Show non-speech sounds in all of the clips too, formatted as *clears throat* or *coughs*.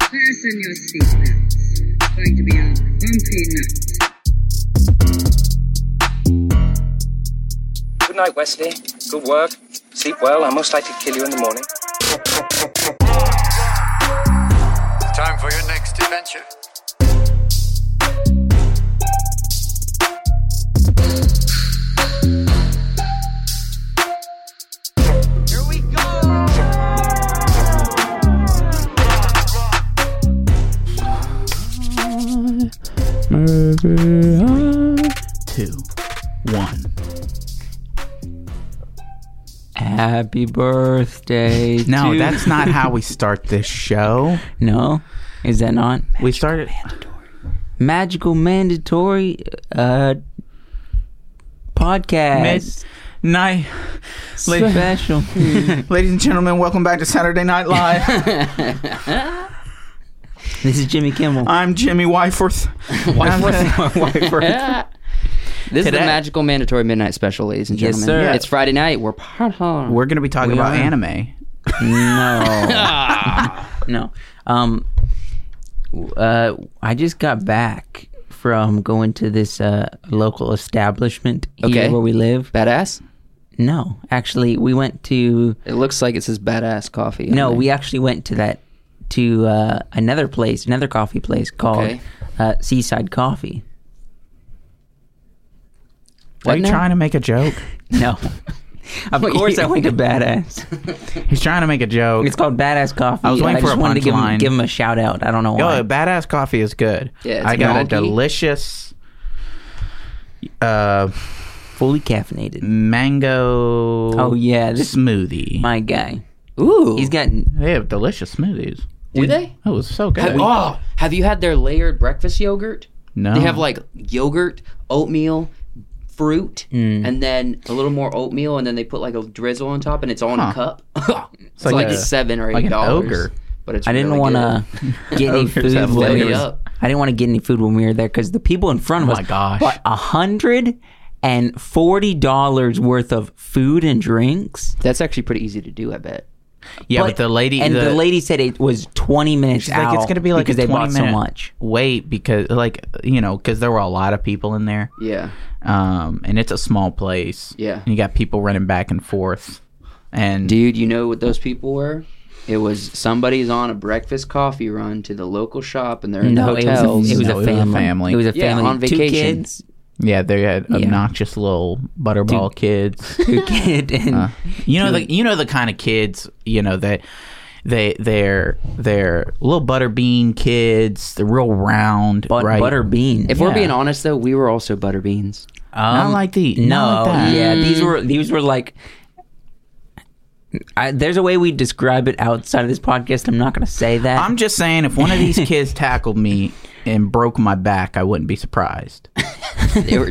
Fasten your seatbelts. It's going to be a bumpy night. Good night, Wesley. Good work. Sleep well. I most likely kill you in the morning. Time for your next adventure. Murder High. two, one. Happy birthday. No, to- that's not how we start this show. *laughs* No? Is that not? we started. Magical Mandatory uh, Podcast. Night, ladies, special. ladies and gentlemen, welcome back to Saturday Night Live. *laughs* this is Jimmy Kimmel. I'm Jimmy Wyforth. Wyforth. Wyforth. This is Today- the magical mandatory midnight special, ladies and Yes, gentlemen. sir. It's Friday night. We're part on. *laughs* We're going to be talking We about are. anime. No. Oh. no. Um uh I just got back from going to this uh local establishment here Okay. where we live. badass. No, actually we went to It looks like it says badass coffee. on No, there. we actually went to that to uh another place, another coffee place called Okay. uh Seaside Coffee. Are What you now? trying to make a joke? *laughs* No. of course I went to Badass. He's trying to make a joke. It's called Badass Coffee. I was and waiting I for just a wanted to give him, punchline. give him a shout out. I don't know why. Yo, badass coffee is good. Yeah, it's I got a milky. delicious uh, Fully caffeinated. mango Oh yeah, this is smoothie. my guy. Ooh. He's got they have delicious smoothies. do they? That was so good. Have, oh, have you had their layered breakfast yogurt? no. They have like yogurt, oatmeal, fruit, and then a little more oatmeal, and then they put like a drizzle on top, and it's all in Huh. a cup. *laughs* it's like like, a- seven or eight like an dollars. ogre. But it's I didn't really want to *laughs* get any Ogres food have when we layers. was- I didn't want to get any food when we were there because the people in front of Oh us my gosh. bought a hundred and forty dollars worth of food and drinks. good. That's actually pretty easy to do. I bet. yeah, but, the lady and the, lady said it was twenty minutes She's like, out it's gonna be like because a they bought 20 so minute much. wait because like you know because there were a lot of people in there, Yeah. um, and it's a small place. Yeah. and you got people running back and forth, and Dude, you know what those people were? It was somebody's on a breakfast coffee run to the local shop and they're in No, the it was, hotels. a, it was No, a family. It was a Yeah, family on Two vacation. kids, yeah, they had Yeah. obnoxious little butterball kids. *laughs* two kid, and You know the you know the kind of kids you know that they they're they're little butterbean kids. They're real round, but, right? butter bean. if Yeah. we're being honest though, we were also butterbeans. not like the No, not like that. Mm. yeah, these were these were like. I, there's a way we describe it outside of this podcast. I'm not going to say that. I'm just saying, if one of *laughs* these kids tackled me and broke my back, I wouldn't be surprised. *laughs* They were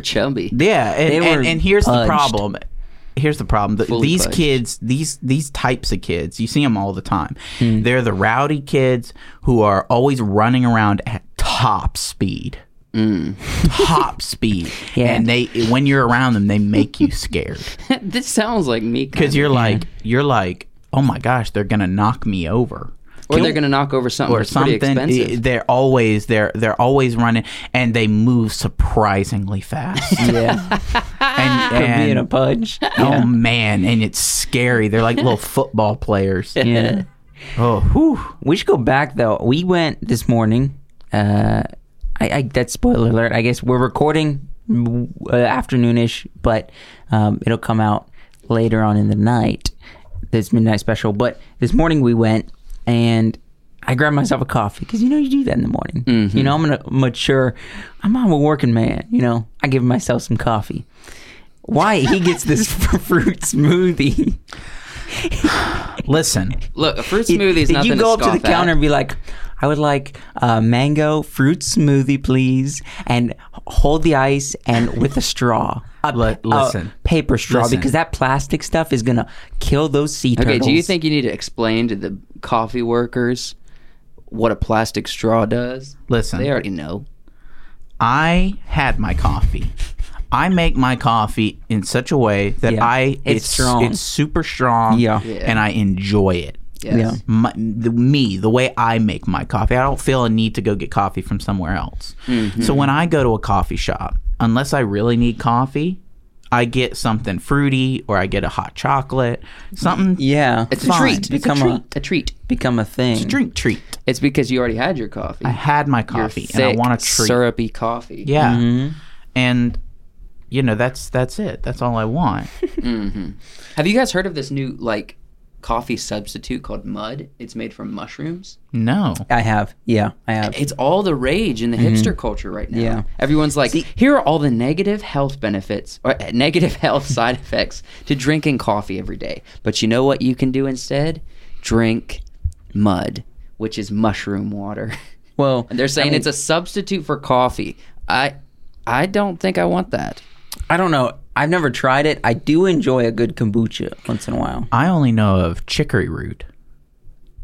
*laughs* chubby. Yeah, and, They and, were and here's the punched. problem. Here's the problem. The- Fully these punched. kids, these these types of kids, you see them all the time. Hmm. They're the rowdy kids who are always running around at top speed. *laughs* top speed. Hmm. *laughs* Yeah. And they when you're around them, they make you scared this sounds like me. cuz *laughs* you're like you're like, "Oh my gosh, they're going to knock me over." or Can- they're gonna knock over something or that's pretty something. expensive. I- They're always they're they're always running, and they move surprisingly *laughs* fast. yeah, and, and- being a *laughs* pudge. oh man, and it's scary. They're like *laughs* little football players. Yeah. Oh, whew. We should go back though. We went this morning. Uh, I, I that's spoiler alert. I guess we're recording mm, uh, afternoonish, but um, it'll come out later on in the night. This midnight special. But this morning we went and I grabbed myself a coffee because you know you do that in the morning. You know I'm a mature. I'm, I'm a working man. You know I give myself some coffee. Why he gets this *laughs* fruit smoothie? listen, Look, a fruit It- smoothie is did nothing you go up to scoff the at. counter and be like, I would like a mango fruit smoothie, please, and hold the ice and with a *laughs* straw. A, Li- a listen. paper straw, Listen. because that plastic stuff is gonna kill those sea turtles. Okay, do you think you need to explain to the coffee workers what a plastic straw does? listen. They already know. I had my coffee. I make my coffee in such a way that Yeah. I It's strong. It's super strong. Yeah. Yeah. and I enjoy it. Yes. Yeah. my, the, me, the way I make my coffee. I don't feel a need to go get coffee from somewhere else. So when I go to a coffee shop, unless I really need coffee, I get something fruity or I get a hot chocolate, something Yeah. It's Fine. a treat. It's Become a a- treat. A, treat. become a thing. drink treat. It's because you already had your coffee. I had my Your coffee thick, and I want a treat. syrupy coffee. Yeah. And you know, that's that's it. That's all I want. *laughs* Have you guys heard of this new like coffee substitute called mud? It's made from mushrooms. No. I have. Yeah, I have. It's all the rage in the hipster culture right now. Mm-hmm. Yeah. Everyone's like, here are all the negative health benefits or uh, negative *laughs* health side effects to drinking coffee every day. But you know what you can do instead? Drink mud, which is mushroom water. *laughs* well, They're saying I mean, it's a substitute for coffee. I I don't think I want that. I don't know. I've never tried it. I do enjoy a good kombucha once in a while. I only know of chicory root,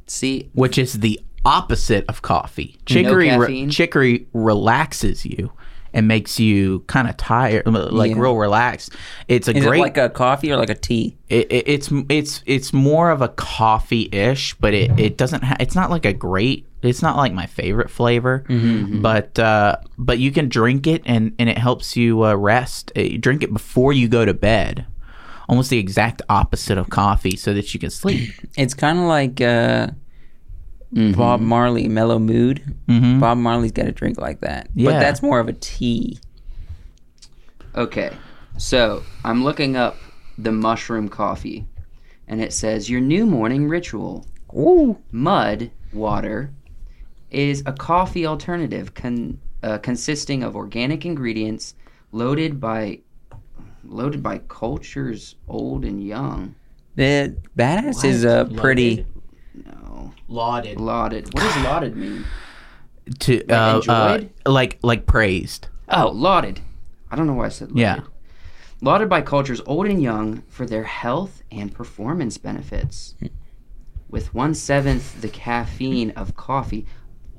See, which is the opposite of coffee. Mm. Chicory re- caffeine? chicory relaxes you and makes you kind of tired, like Yeah. real relaxed. It's a Is great it like a coffee or like a tea? it, it, it's it's it's more of a coffee ish, but it it doesn't. Ha- it's not like a great. It's not like my favorite flavor, Mm-hmm, but uh, but you can drink it and and it helps you uh, rest. Uh, You drink it before you go to bed, almost the exact opposite of coffee, so that you can *clears throat* sleep. It's kind of like uh, Mm-hmm. Bob Marley, Mellow Mood. Bob Marley's got a drink like that. But Yeah. that's more of a tea. Okay. So I'm looking up the mushroom coffee, and it says your new morning ritual Ooh. mud water is a coffee alternative con- uh, consisting of organic ingredients loaded by loaded by cultures old and young. The badass is uh, pretty. No, Lauded lauded. What does lauded mean? to uh, uh, enjoyed? like like praised. Oh, lauded. I don't know why I said lauded. Yeah. Lauded by cultures old and young for their health and performance benefits. With one seventh the caffeine of coffee.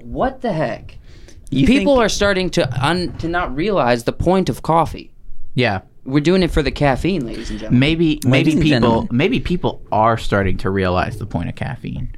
What the heck? You People think- are starting to un- to not realize the point of coffee. Yeah, We're doing it for the caffeine, ladies and gentlemen. maybe maybe Ladies and people gentlemen. maybe people are starting to realize the point of *laughs* caffeine.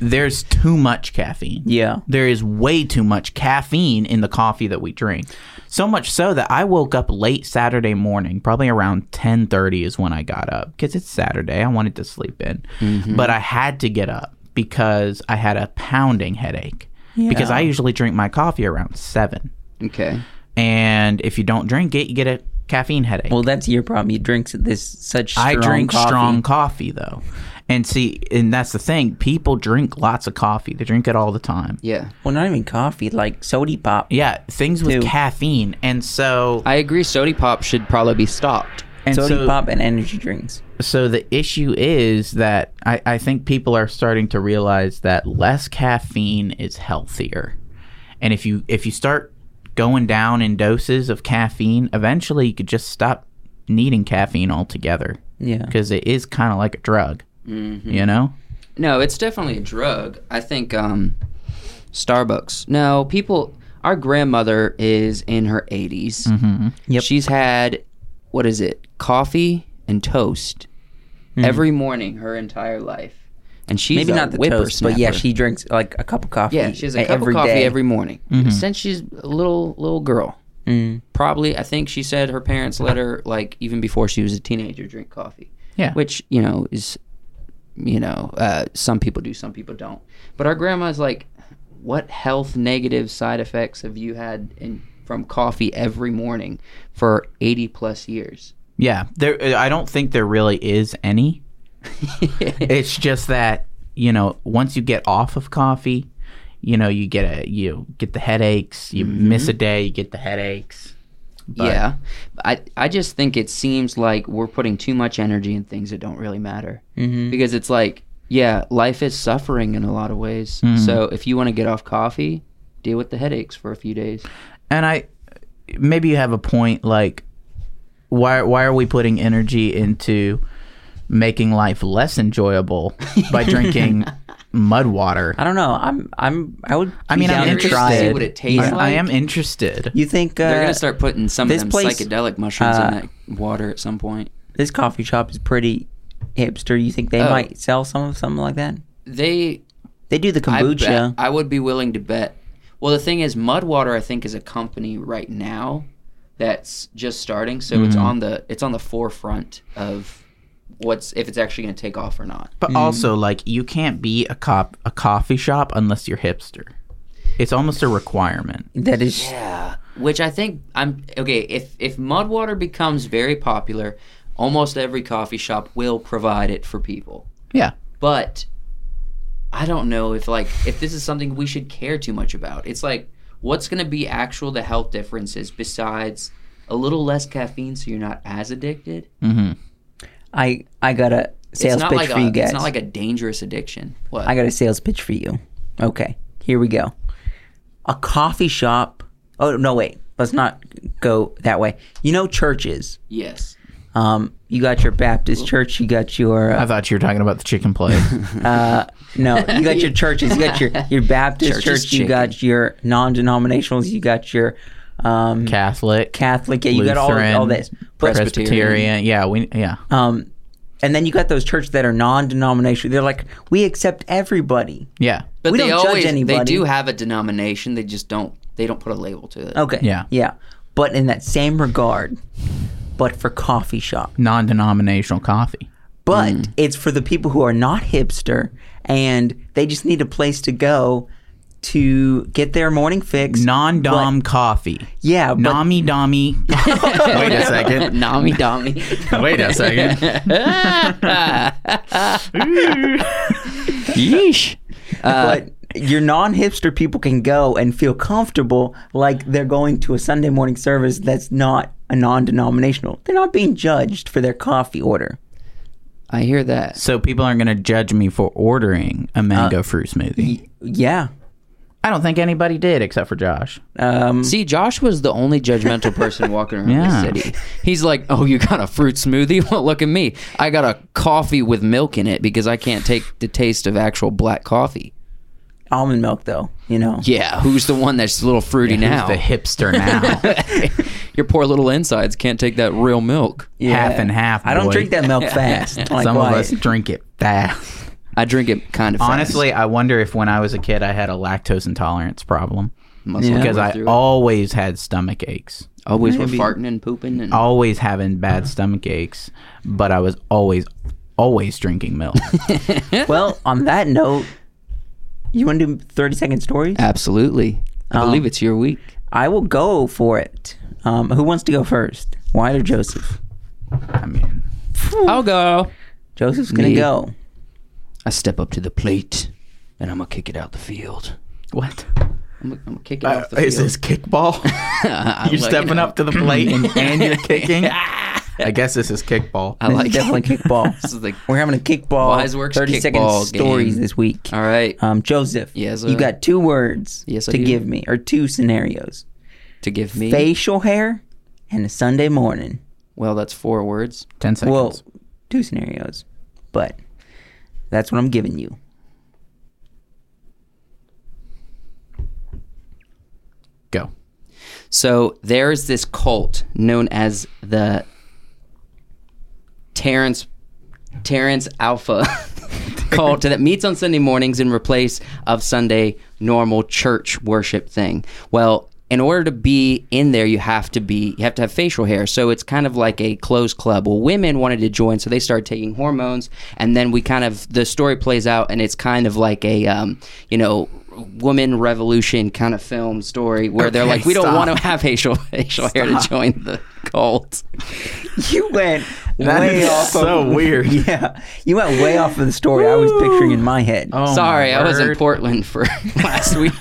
There's too much caffeine. Yeah. there is way too much caffeine in the coffee that we drink. So much so that I woke up late Saturday morning, probably around 10:30 is when I got up cuz it's Saturday. I wanted to sleep in. Mm-hmm. But I had to get up because I had a pounding headache. Because I usually drink my coffee around 7. Okay. And if you don't drink it, you get a caffeine headache. Well, that's your problem. You drink this such strong I drink coffee. strong coffee though. And see, and that's the thing. People drink lots of coffee. They drink it all the time. Yeah. Well, not even coffee, like sody pop. Yeah, things with Too. caffeine. And so I agree sody pop should probably be stopped. And sody so, pop and energy drinks. so the issue is that I, I think people are starting to realize that less caffeine is healthier. And if you if you start going down in doses of caffeine, eventually you could just stop needing caffeine altogether. Yeah. Because it is kind of like a drug. Mm-hmm. You know? No, it's definitely a drug. I think um, Starbucks. No, people. Our grandmother is in her 80s. Mm-hmm. Yep. She's had, what is it, coffee and toast every morning her entire life. And she's Mm-hmm. Maybe a not the toast, but yeah, whippersnapper. she drinks like a cup of coffee. e-, Yeah, she has a cup of coffee day. e-, every morning since she's a little little girl. Mm. Probably, I think she said her parents let her like even before she was a teenager drink coffee. Yeah. which you know is, you know, uh, some people do, some people don't. But our grandma's like, what health negative side effects have you had in, from coffee every morning for eighty plus years? Yeah, there. uh, I don't think there really is *laughs* any. it's just that you know, once you get off of coffee, you know, you get a you get the headaches. You Mm-hmm. miss a day, you get the headaches. But- yeah, I I just think it seems like we're putting too much energy in things that don't really matter Mm-hmm. because it's like yeah, life is suffering in a lot of ways. Mm-hmm. So if you want to get off coffee, deal with the headaches for a few days. And I, maybe you have a point. Like, why why are we putting energy into making life less *laughs* enjoyable by drinking mud water? I don't know. I'm. I'm. I would. I mean, be I'm down to interested. try See what it tastes I, I like. am interested. You think uh, They're gonna start putting some of this them place, psychedelic mushrooms uh, in that water at some point. this coffee shop is pretty hipster, you think they Oh. might sell some of something like that? They They do the I kombucha. bet- I would be willing to bet. Well, the thing is, Mudwater I think is a company right now that's just starting, so it's Mm-hmm. on the it's on the forefront of what's if it's actually going to take off or not. But also, like, you can't be a cop a coffee shop unless you're hipster. It's almost a requirement. that is Yeah, which I think I'm okay. If if Mudwater becomes very popular, almost every coffee shop will provide it for people. Yeah. But I don't know if like if this is something we should care too much about. It's like what's going to be actual the health differences besides a little less caffeine so you're not as addicted. I I got a sales it's not pitch like for a, you guys. it's not like a dangerous addiction. What? I got a sales pitch for you. Okay, here we go. A coffee shop. Oh no, wait. Let's not go that way. You know churches. yes. Um, you got your Baptist church. You got your uh, I thought you were talking about the chicken *laughs* place. No, you got *laughs* your churches. You got your your Baptist Church is church. You got your non-denominationals. You got your um, Catholic, Catholic. Yeah, you got all all Lutheran, this. But, Presbyterian. Yeah, we yeah. um, and then you got those churches that are non-denominational. They're like, we accept everybody. yeah. But We they don't judge always they anybody. do have a denomination. They just don't they don't put a label to it. Okay. Yeah. Yeah. But in that same regard, but for coffee shop. Non-denominational coffee. But it's for the people who are not hipster and they just need a place to go to get their morning fix. Non-dom coffee. yeah, but Nami domi. *laughs* Wait a *laughs* second. *laughs* Nami Dami. Wait a *laughs* second. Yeesh. but Uh, *laughs* your non-hipster people can go and feel comfortable like they're going to a Sunday morning service that's not a non-denominational. They're not being judged for their coffee order. I hear that. So people aren't going to judge me for ordering a mango fruit smoothie. Yeah. I don't think anybody did except for Josh. Um, See, Josh was the only judgmental *laughs* person walking around Yeah. the city. He's like, "Oh, you got a fruit smoothie? *laughs* Well, look at me. I got a coffee with milk in it because I can't take the taste of actual black coffee." almond milk though, you know. Yeah, who's the one that's a little fruity Who's the hipster *laughs* now? now? *laughs* Your poor little insides can't take that real milk. Half and half. I don't boy. drink that *laughs* milk fast. Like, Some why? of us drink it fast. I drink it kind of *laughs* Honestly, I wonder if when I was a kid I had a lactose intolerance problem fast. Yeah. because I always had stomach aches. always were Maybe. farting and pooping and Always having bad stomach aches, but I was always always drinking milk. *laughs* well, on that note, you want to do 30 second stories? Uh, absolutely. I believe it's your week. I will go for it. Um, who wants to go first? Wyatt or Joseph? I mean, I'll go. Joseph's going to Me. go. I step up to the plate and I'm gonna kick it out the field. Uh, what? I'm, gonna- I'm gonna kick it out the field. kickball? *laughs* I you're like- stepping up to the plate and, and you're kicking. I guess this is kickball. I *laughs* like This is definitely kickball. *laughs* This is like- We're having a Wise kickball Works 30 second kickball game. stories this week. All right. Um, Joseph, Yes, you sir. got two words Yes, I to do. give me, or two scenarios to give me. facial hair and a Sunday morning. Well, that's four words. Ten seconds. Well, two scenarios, but that's what I'm giving you. *laughs* Go. So there is this cult known as the Terrence Terrence Alpha *laughs* cult that meets on Sunday mornings in replace of Sunday normal church worship thing. Well, in order to be in there, you have to be you have to have facial hair. So it's kind of like a closed club. Well, women wanted to join, so they started taking hormones, and then we kind of the story plays out, and it's kind of like a um, you know woman revolution kind of film story where they're Okay, like, we don't stop. want to have facial facial hair to join the cult. You went That way is off. so of, *laughs* weird. Yeah, you went way off of the story I was picturing in my head. Oh, my Sorry, I was in word. Portland *laughs* for last *laughs* week.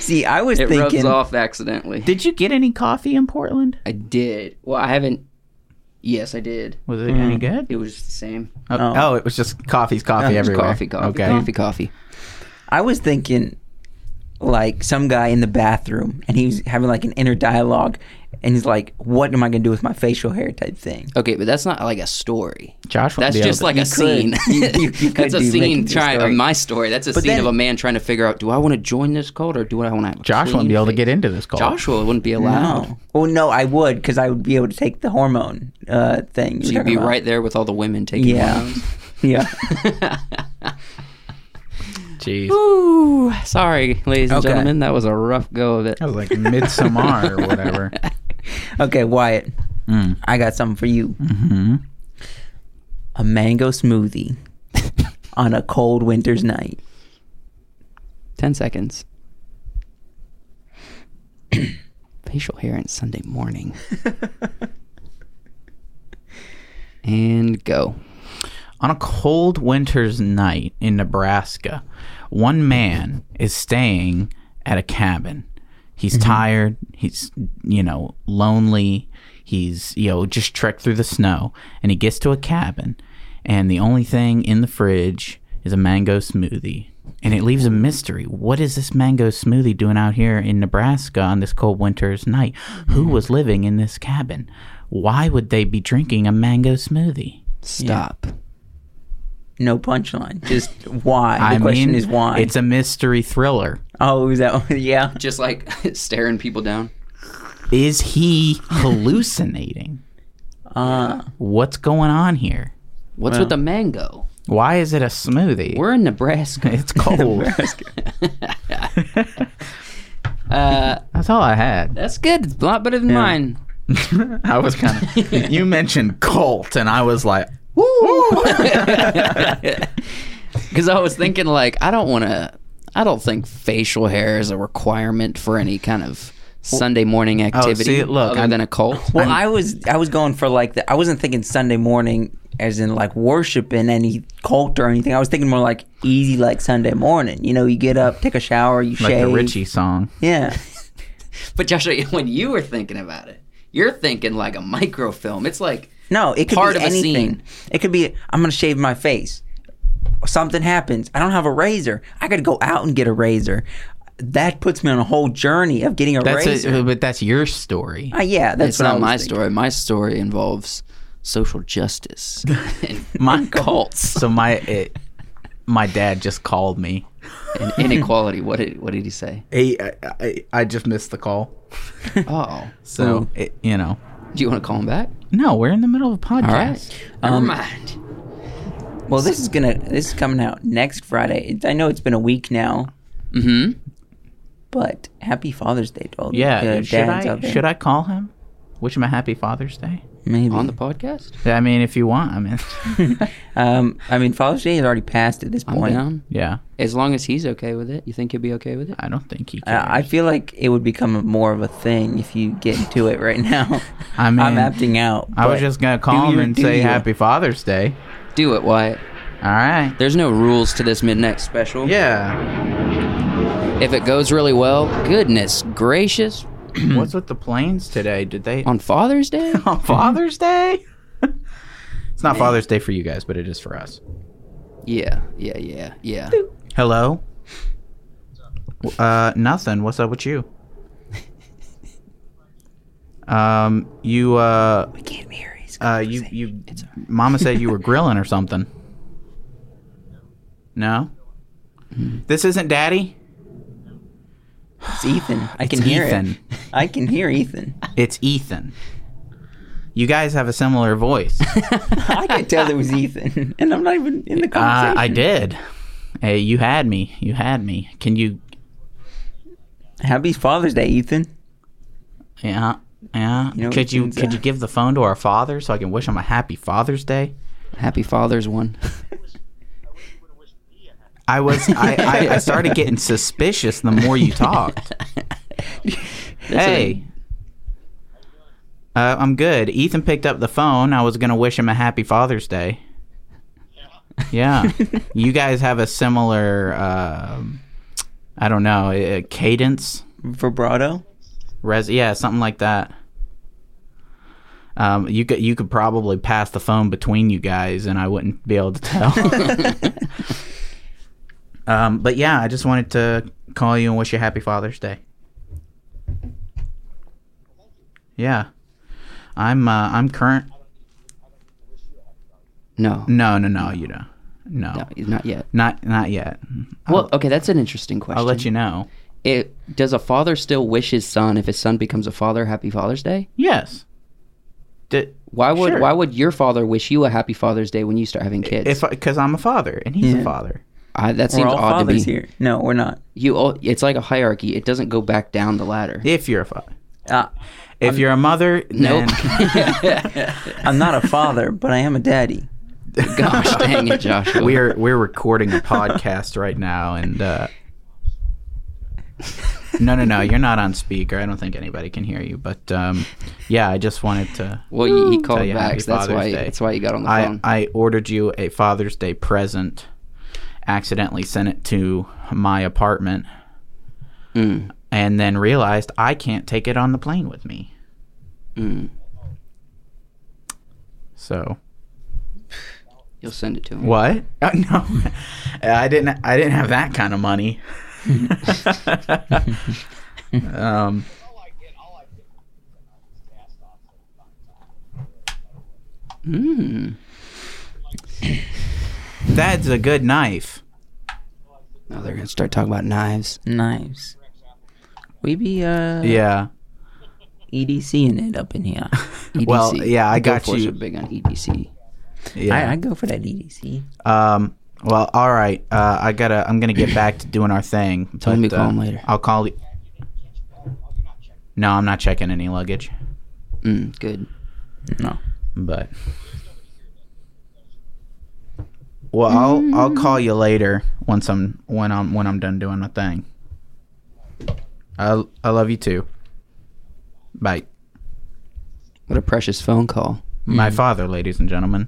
See, I was it rubs thinking. off accidentally. Did you get any coffee in Portland? I did. Well, I haven't. Yes, I did. Was it any good? It was just the same. Oh, oh, it was just coffee's coffee everywhere. Coffee, coffee, okay. coffee, coffee. I was thinking, like some guy in the bathroom, and he was having like an inner dialogue, and he's like, "What am I gonna do with my facial hair?" type thing. Okay, but that's not like a story. Josh wouldn't be That's able just to- like a You scene. could. You- *laughs* you- you that's could do- a make it scene do a trying of story. my story. That's a But scene then- of a man trying to figure out: Do I want to join this cult or do I want to have? A Josh wouldn't clean be able to face? get into this call. Joshua wouldn't be allowed. No. Oh. Well, no, I would because I would be able to take the hormone uh, thing. you were So you'd talking be about. right there with all the women taking. Yeah. *laughs* yeah. Jeez. Ooh, sorry, ladies and Okay. gentlemen, that was a rough go of it. That was like Midsommar or whatever. *laughs* okay, Wyatt, Mm. I got something for you. hmm A mango *laughs* smoothie on a cold winter's night. Ten seconds. *coughs* Facial hair on Sunday morning. and go. On a cold winter's night in Nebraska, one man is staying at a cabin. He's tired. He's, you know, lonely. He's, you know, just trekked through the snow. And he gets to a cabin, and the only thing in the fridge is a mango smoothie. And it leaves a mystery. What is this mango smoothie doing out here in Nebraska on this cold winter's night? Who was living in this cabin? Why would they be drinking a mango smoothie? Stop. No punchline. Just why? The question is why. It's a mystery thriller. oh, is that? *laughs* Yeah. Just like staring people down. Is he hallucinating? Uh, What's going on here? What's with the mango? Why is it a smoothie? We're in *laughs* Nebraska. *laughs* it's cold. *laughs* Uh, That's all I had. that's good. It's a lot better than mine. I was kind of. you mentioned cult, and I was like, woo! Because I was thinking, like, I don't want to. I don't think facial hair is a requirement for any kind of Sunday morning activity. see, look, other I'm- than a cult. well, I was I was going for like the I wasn't thinking Sunday morning as in like worshiping any cult or anything. I was thinking more like easy like Sunday morning. You know, you get up, take a shower, you like shave. the Richie song. Yeah. But Joshua, *laughs* when you were thinking about it, you're thinking like a microfilm. It's like No, it could Part be of a anything. scene. It could be I'm gonna shave my face. Something happens. I don't have a razor. I gotta go out and get a razor. That puts me on a whole journey of getting a That's razor. a, but that's your story. Uh, yeah, that's uh, it's what I not was my thinking. story. My story involves *laughs* social justice and My cults So my it, my dad just called me. and *laughs* inequality. What did what did he say? He, I, I, I just missed the call. Oh, So it, you know, do you want to call him back? no, we're in the middle of a podcast. All right, never mind. Well, this is gonna this is coming out next Friday. It, I know it's been a week now, Mm-hmm. but Happy Father's Day to all the Yeah. uh, should dads I out there. should I call him? Wish him a happy Father's Day. Maybe. On the podcast, I mean, if you want. I *laughs* mean, um, I mean, Father's Day is already passed at this I'm point. down. yeah. As long as he's okay with it, you think he'll be okay with it? I don't think he. Cares. Uh, I I feel like it would become more of a thing if you get into it right now. *laughs* I mean, I'm opting out. I was but- just gonna call do him your- and do say your- Happy Father's Day. Do it, Wyatt. All right. There's no rules to this midnight special. Yeah. If it goes really well, goodness gracious, *clears throat* What's with the planes today? Did they on Father's *laughs* Day. on *laughs* Father's Day? *laughs* it's not Father's Day for you guys, but it is for us. Yeah, yeah, yeah, yeah. Hello. W- Uh, nothing. What's up with you? um, you uh, I can't hear. He's Uh, you you, Mama said you were grilling or something. No. This isn't Daddy. It's Ethan. I can hear Ethan. it. *laughs* I can hear Ethan. It's Ethan. You guys have a similar voice. I could tell it was Ethan, *laughs* and I'm not even in the uh, conversation. I did. Hey, you had me. You had me. Can you? Happy Father's Day, Ethan. Yeah. Yeah. know could you Ethan's, could uh, you give the phone to our father so I can wish him a happy Father's Day? Happy Father's one. *laughs* I was I, I, I started getting suspicious the more you talked. hey. Uh, I'm good. Ethan picked up the phone. I was gonna wish him a happy Father's Day. Yeah, you guys have a similar, um I don't know, uh, cadence. Vibrato. Res, yeah, something like that. Um, you could you could probably pass the phone between you guys, and I wouldn't be able to tell. um, but yeah, I just wanted to call you and wish you a happy Father's Day. Yeah. I'm uh, I'm current. No, No, no, no. You know, no, no, not yet. not not yet. Well, okay, that's an interesting question. Oh. I'll let you know. It, does a father still wish his son if his son becomes a father happy Father's Day? Yes. D- Why would Sure. Why would your father wish you a happy Father's Day when you start having kids? if because I'm a father and he's Yeah. a father. I, that We're seems all odd to me. fathers here. No, we're not. You, all, it's like a hierarchy. It doesn't go back down the ladder. If you're a father, Uh, if you're a mother, *laughs* Nope. then- I'm not a father, but I am a daddy. *laughs* Gosh dang it, Joshua. we're we're recording a podcast right now, and uh, no, no, no, you're not on speaker. I don't think anybody can hear you. But um, yeah, I just wanted to. well, he, he called Tell you back. happy so That's Father's why. Day. That's why you got on the I phone. I ordered you a Father's Day present. Accidentally sent it to my apartment, Mm. and then realized I can't take it on the plane with me. Mm. So You'll send it to him. What? Uh, *laughs* no, I didn't. I didn't have that kind of *laughs* money. um, Hmm. that's a good knife. Oh, they're gonna start talking about knives. Knives. We be uh Yeah. EDCing it up in here. EDC. Well, yeah, I The got Force you. are big on E EDC. Yeah. I, I go for that E EDC. um. Well, all right. Uh, I gotta. I'm gonna get back to doing our thing. Tell me to call him later. I'll call you. No, I'm not checking any luggage. Mm, good. No. but well i'll i'll call you later once i'm when i'm when i'm done doing my thing i i love you too bye What a precious phone call. my father ladies and gentlemen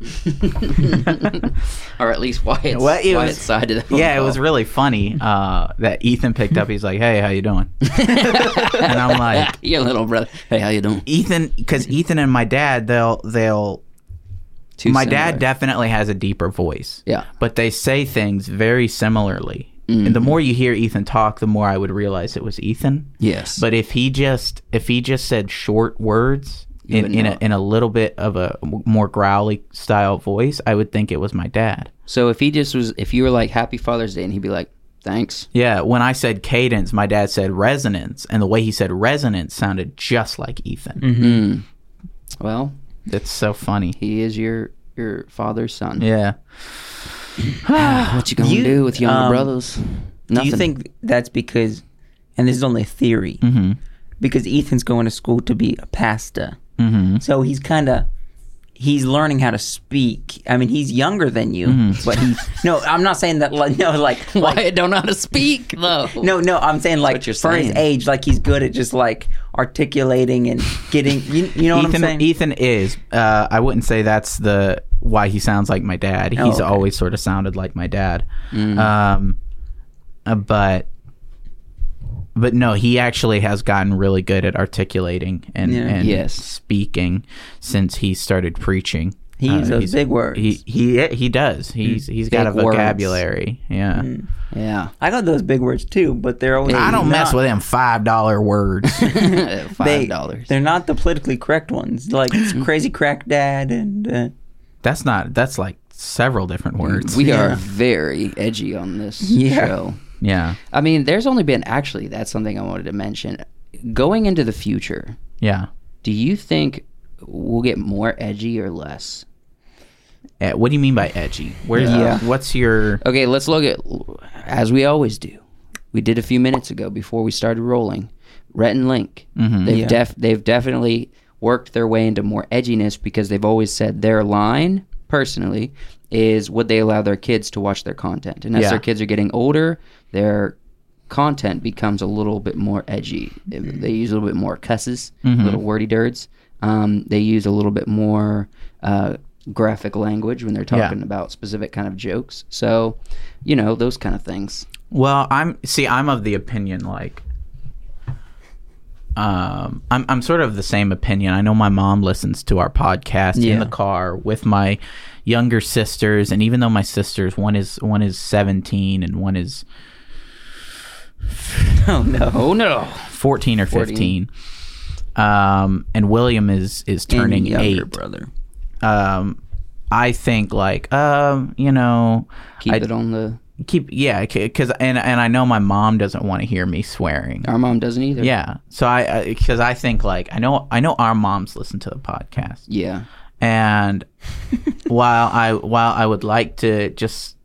Or at least Wyatt's, Well, it Wyatt's was- side of the phone yeah it call. was really funny uh that ethan picked up he's like hey how you doing and i'm like *laughs* Your little brother. Hey, how you doing? ethan because ethan and my dad they'll they'll Too my similar. dad definitely has a deeper voice Yeah. but they say things very similarly. And the Mm-hmm. more you hear Ethan talk, the more I would realize it was Ethan. Yes. But if he just if he just said short words in, wouldn't in know. a in a little bit of a more growly style voice, I would think it was my dad. So if he just was, if you were like Happy Father's Day, and he'd be like, "Thanks." Yeah, when I said cadence, my dad said resonance, and the way he said resonance sounded just like Ethan. Mm-hmm. Well, That's so funny. he is your your father's son. Yeah. What you gonna You- do with younger um, brothers? Do Nothing. you *laughs* think that's because, and this is only a theory, because Ethan's going to school to be a pastor. Mm-hmm. So he's kind of, he's learning how to speak. I mean, he's younger than you, but he, no, I'm not saying that, like, no, like, *laughs* like Wyatt don't know how to speak *laughs* though? no, no, I'm saying like what you're for saying. his age, like he's good at just like articulating and getting, you, you know what Ethan, I'm saying? Ethan is. Uh, I wouldn't say that's the why he sounds like my dad. He's Oh, okay. Mm. always sort of sounded like my dad. Um, uh, but but no, he actually has gotten really good at articulating and, Yeah. and Yes. speaking since he started preaching. Uh, He uses those he's- big words. Mm. He he he does. He's he's got a Big words. vocabulary. Yeah. *laughs* Yeah. I got those big words too, but they're always. I don't mess not- with them five dollar words. *laughs* Five dollars. They're not the politically correct ones, like it's *laughs* crazy crack dad and. Uh, *laughs* *laughs* that's not. That's like several Mm. different words. We are Yeah. very edgy on this Yeah. show. *laughs* yeah. I mean, there's only been actually that's something I wanted to mention. Going into the future, Yeah. do you think we'll get more edgy or less? Eh, What do you mean by edgy? Where's Yeah. what's your Okay, let's look at as we always do. We did a few minutes ago before we started rolling. Rhett and Link. They've Yeah. def they've definitely worked their way into more edginess because they've always said their line personally is would they allow their kids to watch their content. And as Yeah. their kids are getting older, their content becomes a little bit more edgy. They use a little bit more cusses, little wordy dirts. Um, they use a little bit more uh, graphic language when they're talking about specific kind of jokes. So, you know, those kind of things. Well, I'm see, I'm of the opinion like um I'm I'm sort of the same opinion. I know my mom listens to our podcast in Yeah. the car with my younger sisters and even though my sisters one is one is 17 and one is oh no! Oh no! 14 or 15. um, and William is is And turning younger eight. brother. Um, I think like um, you know, Keep I it on the. keep yeah, because and and I know my mom doesn't want to hear me swearing. Our mom doesn't either. Yeah, so I because I think like I know I know our moms listen to the podcast, Yeah. *laughs* and while I while I would like to just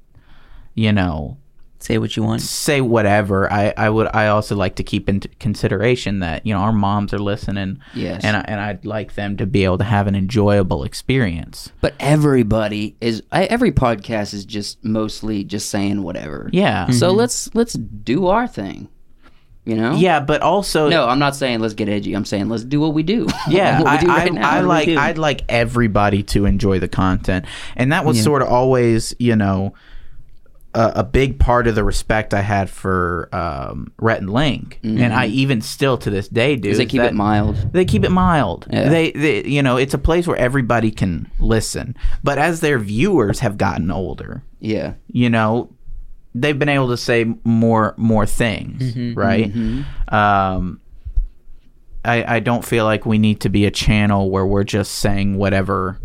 you know Say what you want. say whatever i i would i also like to keep in consideration that you know our moms are listening Yes. and I, and i'd like them to be able to have an enjoyable experience But everybody is I- every podcast is just mostly just saying whatever. yeah So let's let's do our thing. You know? yeah but also Mm-hmm. No, I'm not saying let's get edgy. I'm saying let's do what we do. *laughs* yeah, what we I, do right I, now. I What do we like do? I'd like everybody to enjoy the content, and that was sort of always, you know, a, a big part of the respect I had for um, Rhett and Link, and I even still to this day do. 'Cause Mm-hmm. they is keep that- it mild. They keep it mild. Yeah. They, they, you know, it's a place where everybody can listen. But as their viewers have gotten older, Yeah. you know they've been able to say more more things Mm-hmm. right um i i don't feel like we need to be a channel where we're just saying whatever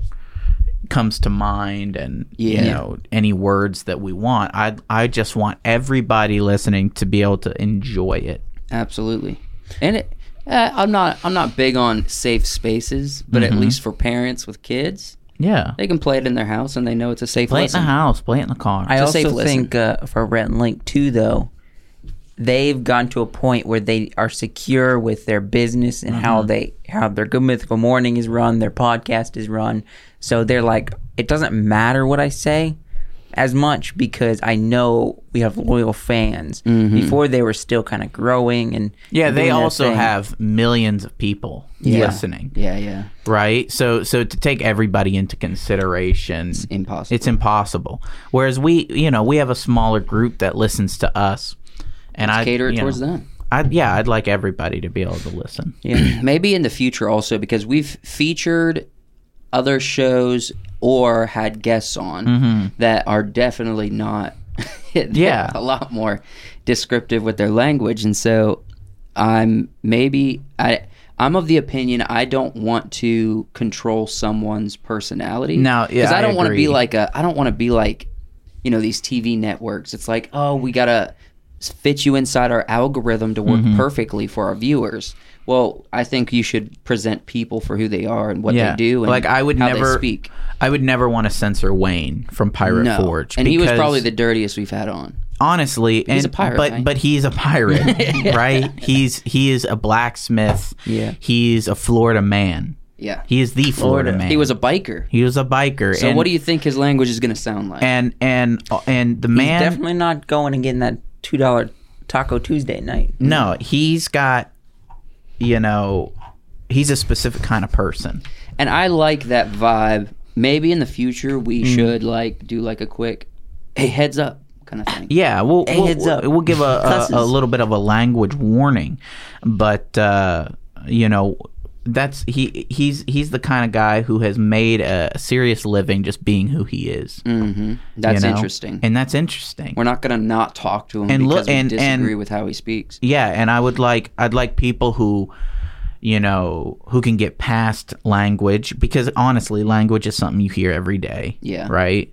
comes to mind and you Yeah. know any words that we want i i just want everybody listening to be able to enjoy it Absolutely. And it, uh, I'm not I'm not big on safe spaces, but Mm-hmm. at least for parents with kids, yeah they can play it in their house and they know it's a safe play it in lesson. the house play it in the car I a safe also listen. think uh, for Rhett and Link too, though, they've gone to a point where they are secure with their business and how Mm-hmm. they how their Good Mythical Morning is run, their podcast is run. So they're like, it doesn't matter what I say as much because I know we have loyal fans. Before they were still kind of growing and Mm-hmm. yeah and they doing their also thing. have millions of people listening Yeah, yeah. right so so to take everybody into consideration Impossible. it's impossible whereas we you know we have a smaller group that listens to us and i cater it you towards know, them. I'd, yeah i'd like everybody to be able to listen *clears throat* maybe in the future also because we've featured other shows or had guests on that are definitely not *laughs* they're Mm-hmm. Yeah. a lot more descriptive with their language and so i'm maybe i i'm of the opinion i don't want to control someone's personality No, yeah, i I don't want to be agree. like a i don't want to be like you know these tv networks it's like oh we gotta fit you inside our algorithm to work Mm-hmm. perfectly for our viewers well i think you should present people for who they are and what yeah they do and like i would how never they speak i would never want to censor wayne from pirate no forge and he was because probably the dirtiest we've had on honestly he's and a pirate, but right? but he's a *laughs* pirate right he's he is a blacksmith Yeah. he's a florida man yeah he is the florida, man he was a biker he was a biker so and, what do you think his language is going to sound like and and and the He's man definitely not going and getting that two dollar Taco Tuesday night. No, he's got, you know, he's a specific kind of person. and i like that vibe maybe in the future we Mm. should like do like a quick hey heads up kind of thing Yeah, we'll we'll, heads up. we'll give a, a, a Cusses. little bit of a language warning, but uh, you know, that's he he's he's the kind of guy who has made a serious living just being who he is. you that's know? interesting and that's interesting. we're not going to not talk to him And because look- we and- disagree and- with how he speaks yeah, and I would like I'd like people who. You know who can get past language because honestly, language is something you hear every day. Yeah. right?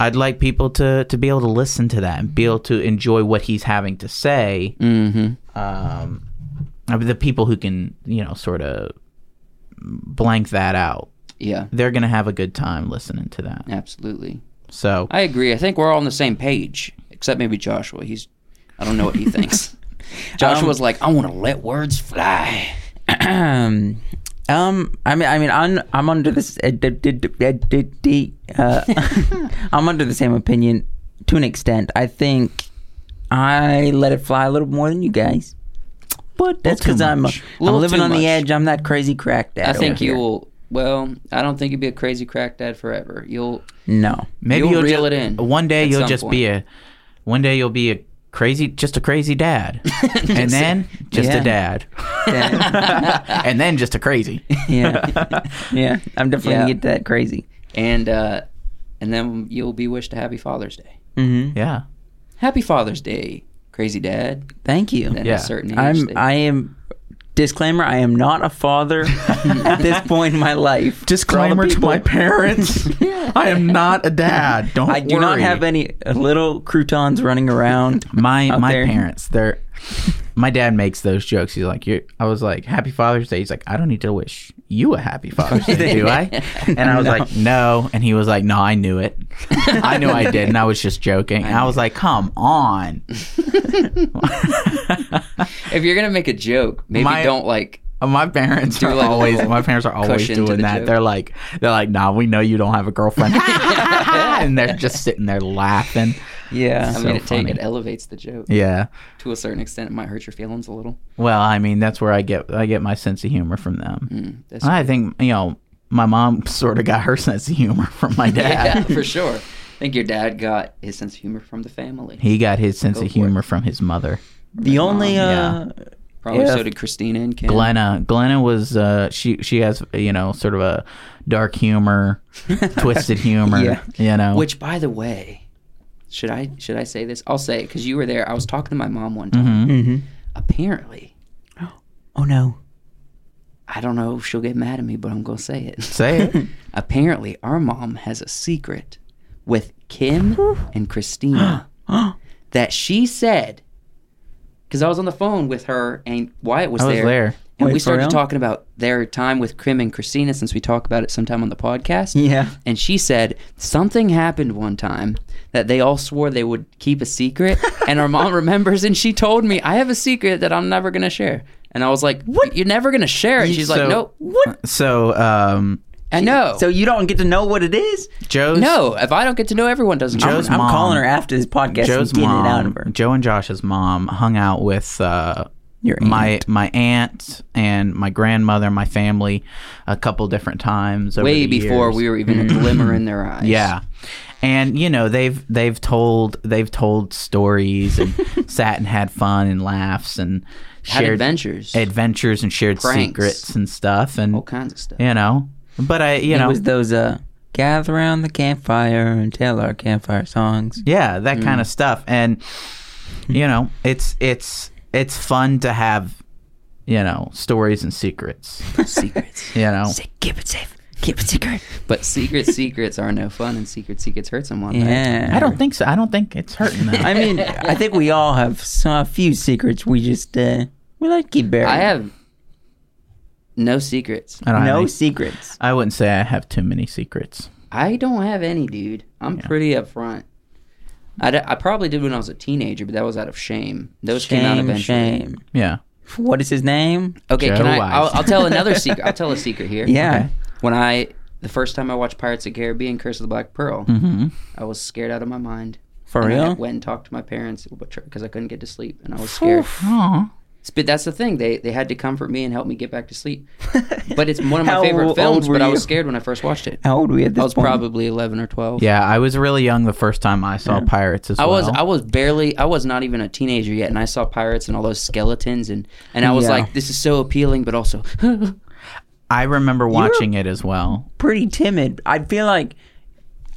I'd like people to to be able to listen to that and be able to enjoy what he's having to say. Mm-hmm. Um, I mean, the people who can you know sort of blank that out, yeah they're gonna have a good time listening to that. absolutely So I agree. I think we're all on the same page, except maybe Joshua. He's, I don't know *laughs* what he thinks. Joshua's like, I want to let words fly. um, um, I mean, I mean, I'm I'm under this. Uh, d- d- d- d- d- d- uh, *laughs* I'm under the same opinion to an extent. I think I let it fly a little more than you guys, but that's too because I'm much. I'm Little living too on the much. edge. I'm that crazy crack dad. I over think you here. will. Well, I don't think you'll be a crazy crack dad forever. You'll. *laughs* No, maybe You'll you'll, reel ju- it in One day at you'll some just be a. One day you'll be a crazy, just a crazy *laughs* dad, and then just Yeah. a *laughs* dad, and then just a crazy. yeah, *laughs* yeah. I'm definitely Yeah. gonna get that crazy. And uh, and then you'll be wished a happy Father's Day. *laughs* Mm-hmm. Yeah, Happy Father's Day, crazy dad. Thank you. At Yeah. a certain age, I'm they- I am Disclaimer: I am not *laughs* a father at this point in my life. Disclaimer to people- my *laughs* *laughs* parents: I am not a dad. Don't I do not worry. have any little croutons running around. *laughs* my out my there. parents they're my dad makes those jokes he's like you i was like happy father's day he's like i don't need to wish you a happy father's day do *laughs* i and i was No. like no and he was like no i knew it i knew i did and i was just joking and i was like come on If you're gonna make a joke, maybe My- don't like. my parents Do are like a always little my parents are always cushion to doing the that joke. they're like they're like nah we know you don't have a *laughs* girlfriend *laughs* and they're just sitting there laughing Yeah, I So mean, it take funny. it elevates the joke yeah to a certain extent. It might hurt your feelings a little. well i mean that's where i get i get my sense of humor from them Mm, that's, I think you know my mom *laughs* sort of got her sense of humor from my yeah, dad. for sure. I think your dad got his sense of humor from the family. *laughs* He got his sense Go of for it. humor from his mother. the only uh, Probably Yeah. so did Christina and Ken. Glenna, Glenna was uh, she she has you know sort of a dark *laughs* humor, twisted humor. Yeah. You know, Which, by the way, should I should I say this? I'll say it because you were there. I was talking to my mom one time. Mm-hmm. Hmm? mhm. Apparently, oh no, I don't know if she'll get mad at me, but I'm gonna say it. say it. Apparently, our mom has a secret with Kim *gasps* and Christina that she said. Because I was on the phone with her and Wyatt was, I was there. and Wait, we for started real? talking about their time with Kim and Christina since we talk about it sometime on the podcast. yeah, and she said something happened one time that they all swore they would keep a *laughs* secret and our mom remembers and she told me i have a secret that i'm never going to share and i was like what you're never going to share it *laughs* she's like So- nope Uh, what? So um, i know So you don't get to know what it is? Joe's no if i don't get to know everyone doesn't know. Joe's I'm mom- calling her after this podcast Joe's and getting mom, it out of her. Joe and Josh's mom hung out with uh, Your my my aunt and my grandmother, my family, a couple different times. Over way the before years. Mm-hmm. we were even a glimmer in their eyes Yeah. And you know they've they've told they've told stories *laughs* and sat and had fun and laughs and had shared adventures adventures and shared Pranks. secrets and stuff and all kinds of stuff you know but I you it know was those uh, gather around the campfire and tell our campfire songs. yeah that kind of stuff and you know it's it's it's fun to have you know stories and secrets *laughs* secrets you know Keep it safe. Keep it secret. but secret secrets are no fun and secret secrets hurt someone right? Yeah. I don't think so I don't think it's hurting them I mean, I think we all have some, a few secrets we just uh, we like to keep buried. i have no secrets I don't have no any- secrets. I wouldn't say I have too many secrets I don't have any, dude. I'm pretty upfront. I, d- I probably did when I was a teenager, but that was out of shame. Those came out Shame, eventually. shame. yeah What is his name? Okay, Joe can I? Wise. I'll, I'll tell *laughs* another secret. I'll tell a secret here. Yeah. When I the first time I watched Pirates of the Caribbean: Curse of the Black Pearl, hmm I was scared out of my mind. Mm-hmm. For And I real? went and talked to my parents because I couldn't get to sleep, and I was scared. Aw. It's- But that's the thing; they they had to comfort me and help me get back *laughs* to sleep. But it's one of my How favorite old films. were But I you? was scared when I first watched it. How old were we at this I was point? probably eleven or twelve. Yeah, I was really young the first time I saw pirates as I well. was I was barely I was not even a teenager yet, and I saw pirates and all those skeletons, and and I was Yeah. like, this is so appealing, but also *laughs* I remember watching it as well. pretty timid. I feel like,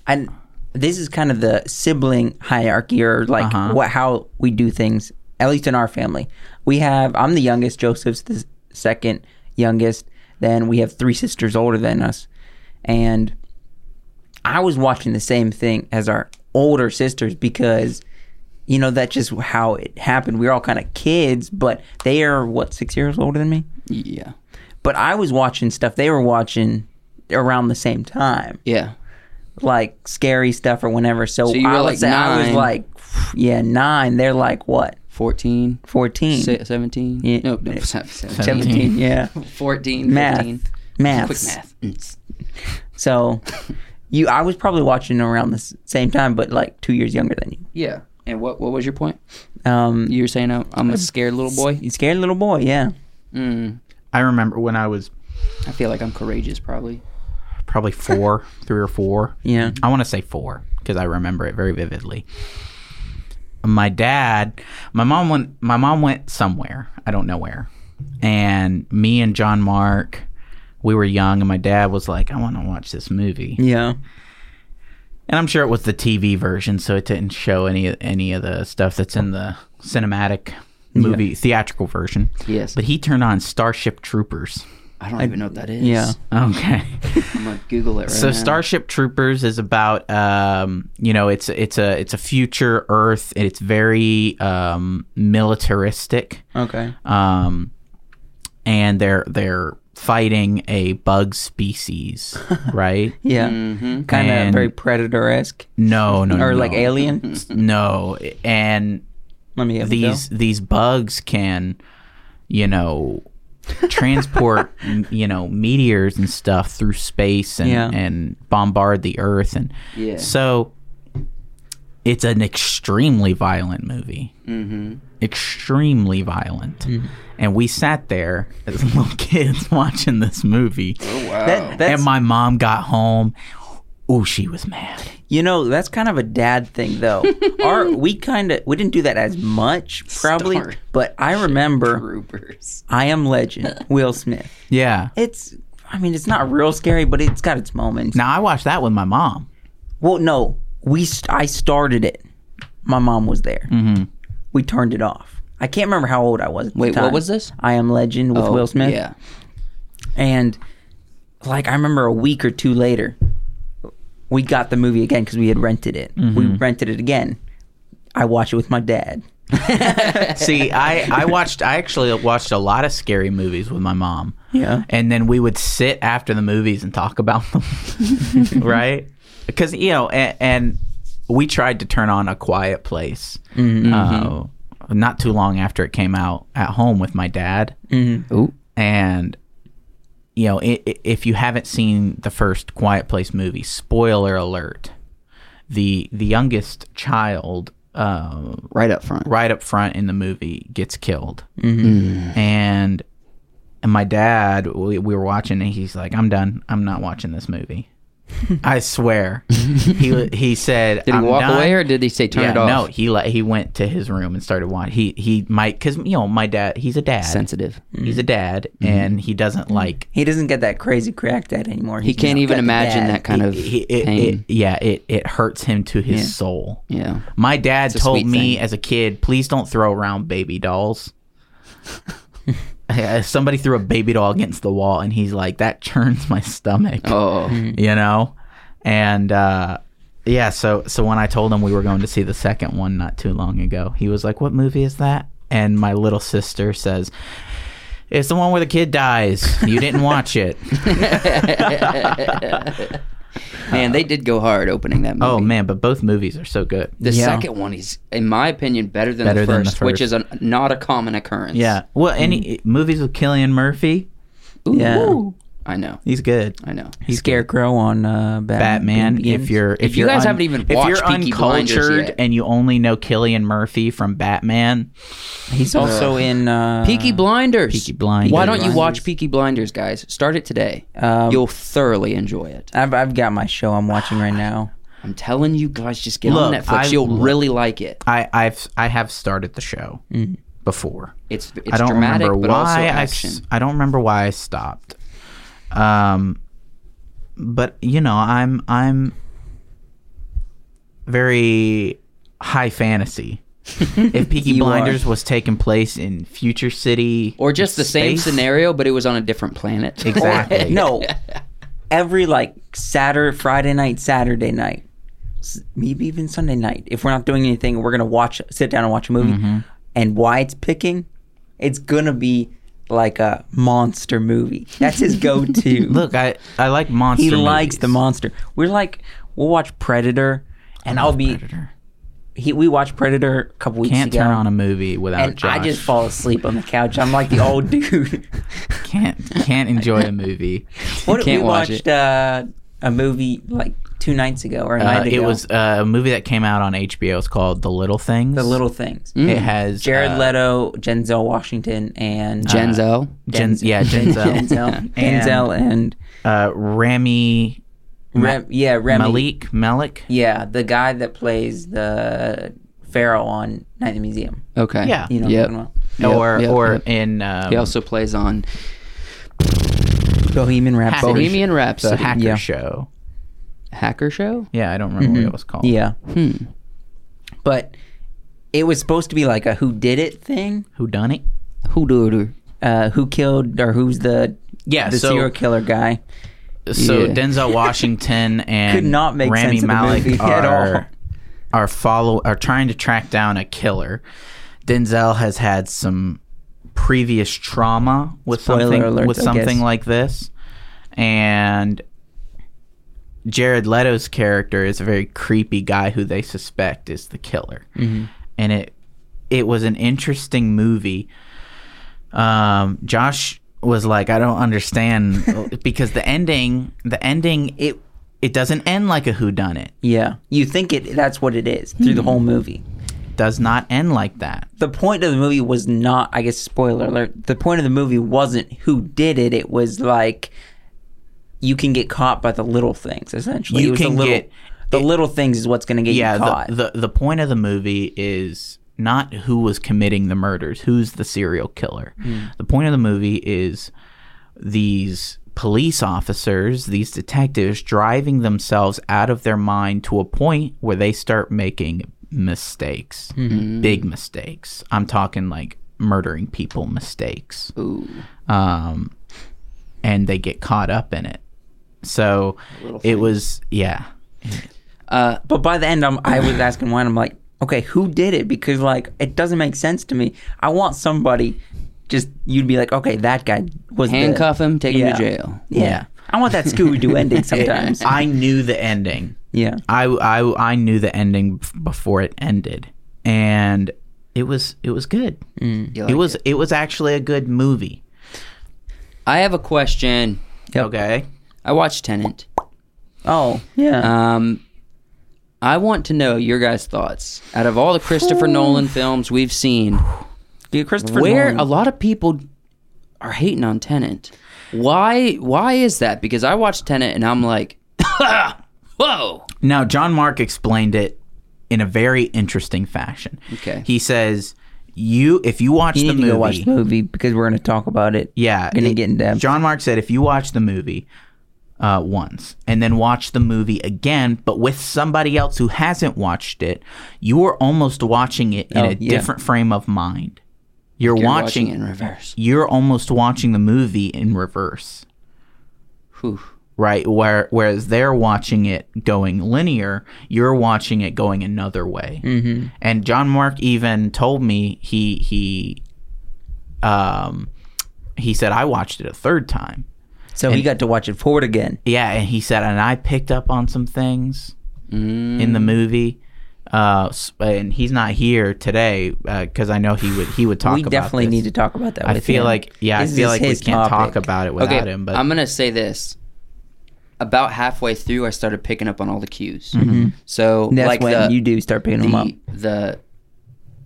and this is kind of the sibling hierarchy or like Uh-huh. what how we do things. At least in our family, we have. I'm the youngest. Joseph's the s- second youngest. Then we have three sisters older than us, and I was watching the same thing as our older sisters because. You know that's just how it happened. We were all kind of kids, but they are what six years older than me yeah but I was watching stuff they were watching around the same time, yeah. like scary stuff or whenever. So, So you were I, like was, I was nine. like, yeah, nine. They're like, what, 14, 14? se- 17? Yeah. No, *laughs* no, se- 17. 17, *laughs* yeah. 14, Math. 15. Maths. Quick math. Mm. So you, I was probably watching around the s- same time, but like two years younger than you. Yeah. And what what was your point? Um, You were saying I'm, I'm a scared little boy? you scared little boy, yeah. Mm, I remember when I was I feel like I'm courageous, probably. probably four, three or four. Yeah. I want to say four because I remember it very vividly. My dad, my mom went. My mom went somewhere. I don't know where. And me and John Mark, we were young, and my dad was like, "I want to watch this movie." Yeah. And I'm sure it was the TV version, so it didn't show any any of the stuff that's in the cinematic movie theatrical version. Yes. But he turned on Starship Troopers. I don't even know what that is. yeah. *laughs* Okay. I'm gonna Google it right So Mm-hmm. now. Starship Troopers is about um, you know it's it's a it's a future Earth and it's very um, militaristic Okay. um, and they're they're fighting a bug *laughs* species right Yeah. Mm-hmm. Kind of And- very predator esque no no or no. like alien. *laughs* no and Let me have these A these bugs can you know *laughs* transport m- you know meteors and stuff through space and Yeah. and bombard the earth and Yeah. so it's an extremely violent movie mm-hmm. extremely violent and we sat there as *laughs* little kids watching this movie wow. go. That's, and my mom got home oh she was mad you know, that's kind of a dad thing, though. *laughs* Our, we kind of we didn't do that as much, probably. Star- But I remember Troopers. I Am *laughs* Legend, Will Smith. yeah It's, I mean, it's not real scary, but it's got its moments. now i watched that with my mom Well, no, we st- I started it. My mom was there. Mm-hmm. We turned it off. I can't remember how old I was. At the Wait, what time. was this? I Am Legend with Oh, Will Smith. Yeah. And like I remember a week or two later, we got the movie again because we had rented it. We Mm-hmm. rented it again. I watched it with my dad. See, I, I watched I actually watched a lot of scary movies with my mom. Yeah. And then we would sit after the movies and talk about them. right? Cuz you know, and, and we tried to turn on a quiet place. Uh, not too long after it came out at home with my dad. Ooh. And you know, i i if you haven't seen the first Quiet Place movie, spoiler alert. The the youngest child uh, Right up front. right up front in the movie gets killed Mm-hmm. and and my dad we, we were watching and he's like i'm done i'm not watching this movie i swear he wa- he said Did he "I'm walk done." away or did he say turn yeah, it off? no he let he went to his room and started watching he he might because you know my dad he's a dad Sensitive. Mm-hmm. he's a dad and he doesn't like He doesn't get that crazy crack dad anymore. He can't even imagine that kind of he, it, it, pain. yeah it it hurts him to his Yeah. soul *laughs* yeah. my dad a told sweet me thing. as a kid, please don't throw around baby dolls. *laughs* Yeah, Somebody threw a baby doll against the wall, and he's like, that churns my stomach, Oh. you know? And, uh, yeah, so so when I told him we were going to see the second one not too long ago, he was like, "What movie is that?" And my little sister says, "It's the one where the kid dies. You didn't watch *laughs* it." *laughs* Man, they did go hard opening that movie. oh man, but both movies are so good. The Yeah. second one is, in my opinion, better than, Better the, than the first, which first. is a, not a common occurrence. Yeah. Well, Mm. any movies with Killian Murphy, Ooh. Yeah. I know. he's good. I know. scarecrow on uh, Batman. Batman. Begins. If you're if, If you you're guys haven't even if you're watched Peaky Blinders uncultured yet. and you only know Killian Murphy from Batman, he's also in uh, Peaky Blinders. Peaky Blinders. Why don't you Blinders. watch Peaky Blinders, guys? Start it today. Um, You'll thoroughly enjoy it. I've I've got my show I'm watching right now. I'm telling you guys, just get on Look, Netflix. I- You'll really like it. I I've I have started the show before. It's Mm. it's I don't dramatic, remember but why also I action. s- I don't remember why I stopped. Um, but you know I'm I'm very high *laughs* fantasy. if Peaky You are. Blinders was taking place in Future City or just the same space- scenario, but it was on a different planet. *laughs* Exactly. No, every like Saturday, Friday night, Saturday night, s- maybe even Sunday night. If we're not doing anything, we're gonna watch, sit down and watch a movie. Mm-hmm. And why it's picking, it's gonna be like a monster movie. That's *laughs* his go-to. Look, I I like monster. he likes movies. the monster. We're like, we'll watch Predator, and I'll be. Predator. He, we watched Predator a couple weeks Can't ago. turn on a movie without and Josh. I just fall asleep on the couch. I'm like the old dude. *laughs* can't can't enjoy *laughs* a movie. What Can't we watch watched uh, a movie like two nights ago or a Uh, night ago. it was uh, a movie that came out on HBO. It's called The Little Things. The Little Things. It has Jared Mm. uh, Leto, Denzel Washington, and uh, Genzo. Gen- *laughs* yeah, Genzel. Denzel, Denzel, and uh, Rami Rem, yeah, Remy. Malik Malik. Yeah, the guy that plays the pharaoh on Night at the Museum. Okay. Yeah. You know, Yep. what I'm talking or yep, or yep. in um, He also plays on about. Bohemian Rhapsody. Bohemian Rhapsody. the Hacker yeah. Mm-hmm. Show. Hacker Show. Yeah, I don't remember what it was called. Yeah. Hmm. But it was supposed to be like a who did it thing. Who done it? Who do it? Uh, who killed or who's the Yeah, the so- serial killer guy? So *laughs* Yeah. Denzel Washington and Could not make sense Rami of the movie Malik at are all. are follow are trying to track down a killer. Denzel has had some previous trauma with Spoiler something alert, with I something guess. like this, and Jared Leto's character is a very creepy guy who they suspect is the killer, Mm-hmm. and it it was an interesting movie. Um, Josh was like, I don't understand *laughs* because the ending, the ending, it it doesn't end like a whodunit. Yeah, you think it that's what it is through the Hmm. whole movie. Does not end like that. The point of the movie was not, I guess, spoiler alert. The point of the movie wasn't who did it. It was like you can get caught by the little things. Essentially, You it was can the little, get- the little things is what's going to get Yeah, you caught. the, the the point of the movie is not who was committing the murders, who's the serial killer. The point of the movie is these police officers, these detectives driving themselves out of their mind to a point where they start making mistakes. Big mistakes. I'm talking like murdering people mistakes. Ooh. Um and they get caught up in it. So it was yeah. but by the end, I'm, I was asking why, and I'm like, okay, who did it? Because like it doesn't make sense to me. I want somebody. Just you'd be like, okay, that guy was the- Handcuff him, take him to Yeah. jail. Yeah. Yeah. I want that Scooby Doo ending sometimes. *laughs* I knew the ending. yeah. I, I, I knew the ending bef- before it ended, and it was it was good. Mm. You it like was it. was actually a good movie. I have a question. Yep. Okay, I watched Tenant. Oh, yeah. Um, I want to know your guys' thoughts. Out of all the Christopher Nolan films we've seen, Yeah, Christopher where Nolan. a lot of people are hating on Tenant. Why? Why is that? Because I watched Tenant and I'm like, *laughs* whoa. now John Mark explained it in a very interesting fashion. Okay. he says you if you watch you the need movie, to go watch the movie because we're going to talk about it. yeah, Gonna it- get in depth. John Mark said if you watch the movie. Uh, once and then watch the movie again, but with somebody else who hasn't watched it, you are almost watching it in Oh, a yeah. different frame of mind. You're, You're watching, watching it in reverse. you're almost watching the movie in reverse, Whew. right? Where whereas they're watching it going linear, you're watching it going another way. Mm-hmm. And John Mark even told me he he um he said I watched it a third time. So he got to watch it forward again. Yeah, and he said and I picked up on some things Mm. in the movie. Uh, s- and he's not here today because I know he would he would talk. we about definitely this. need to talk about that. I with feel him. like yeah, This I feel is like we his can't talk topic. about it Okay. without him. But I'm gonna say this. About halfway through, I started picking up on all the cues. So That's like when the, you do start picking them up. Mm-hmm. the the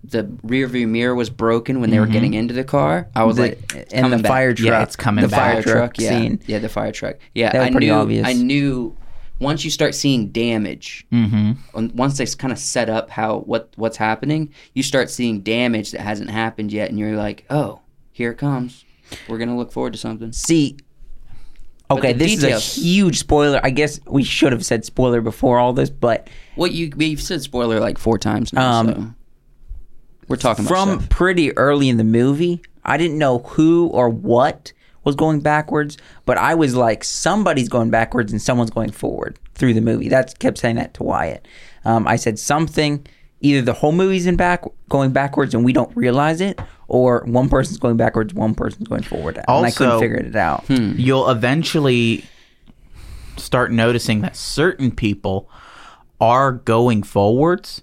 the rear view mirror was broken when they were getting into the car. I was The- like, it's and the coming back. fire truck. Yeah, it's coming the back. fire truck, yeah, scene. yeah, the fire truck. Yeah, That was I pretty knew, obvious. I knew once you start seeing damage, Mhm. on- once they kind of set up how what what's happening, you start seeing damage that hasn't happened yet, and you're like, oh, here it comes. We're gonna look forward to something. See, okay, the this is details- a huge spoiler. I guess we should have said spoiler before all this, but What you you've said spoiler like four times now. Um, so. We're talking about from stuff. pretty early in the movie, I didn't know who or what was going backwards, but I was like, somebody's going backwards and someone's going forward through the movie. That's kept saying that to Wyatt. Um, I said something. Either the whole movie's in back going backwards and we don't realize it, or one person's going backwards, one person's going forward, and I couldn't Also- figure it out. you'll eventually start noticing that certain people are going forwards,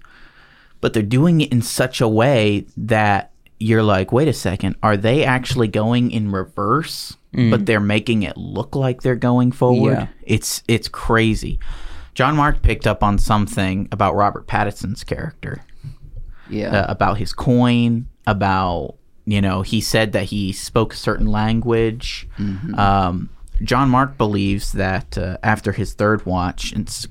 but they're doing it in such a way that you're like, wait a second, are they actually going in reverse? But they're making it look like they're going forward. Yeah. It's it's crazy. John Mark picked up on something about Robert Pattinson's character. yeah. uh, about his coin, about you know, he said that he spoke a certain language. Mm-hmm. Um, John Mark believes that uh, after his third watch, and s-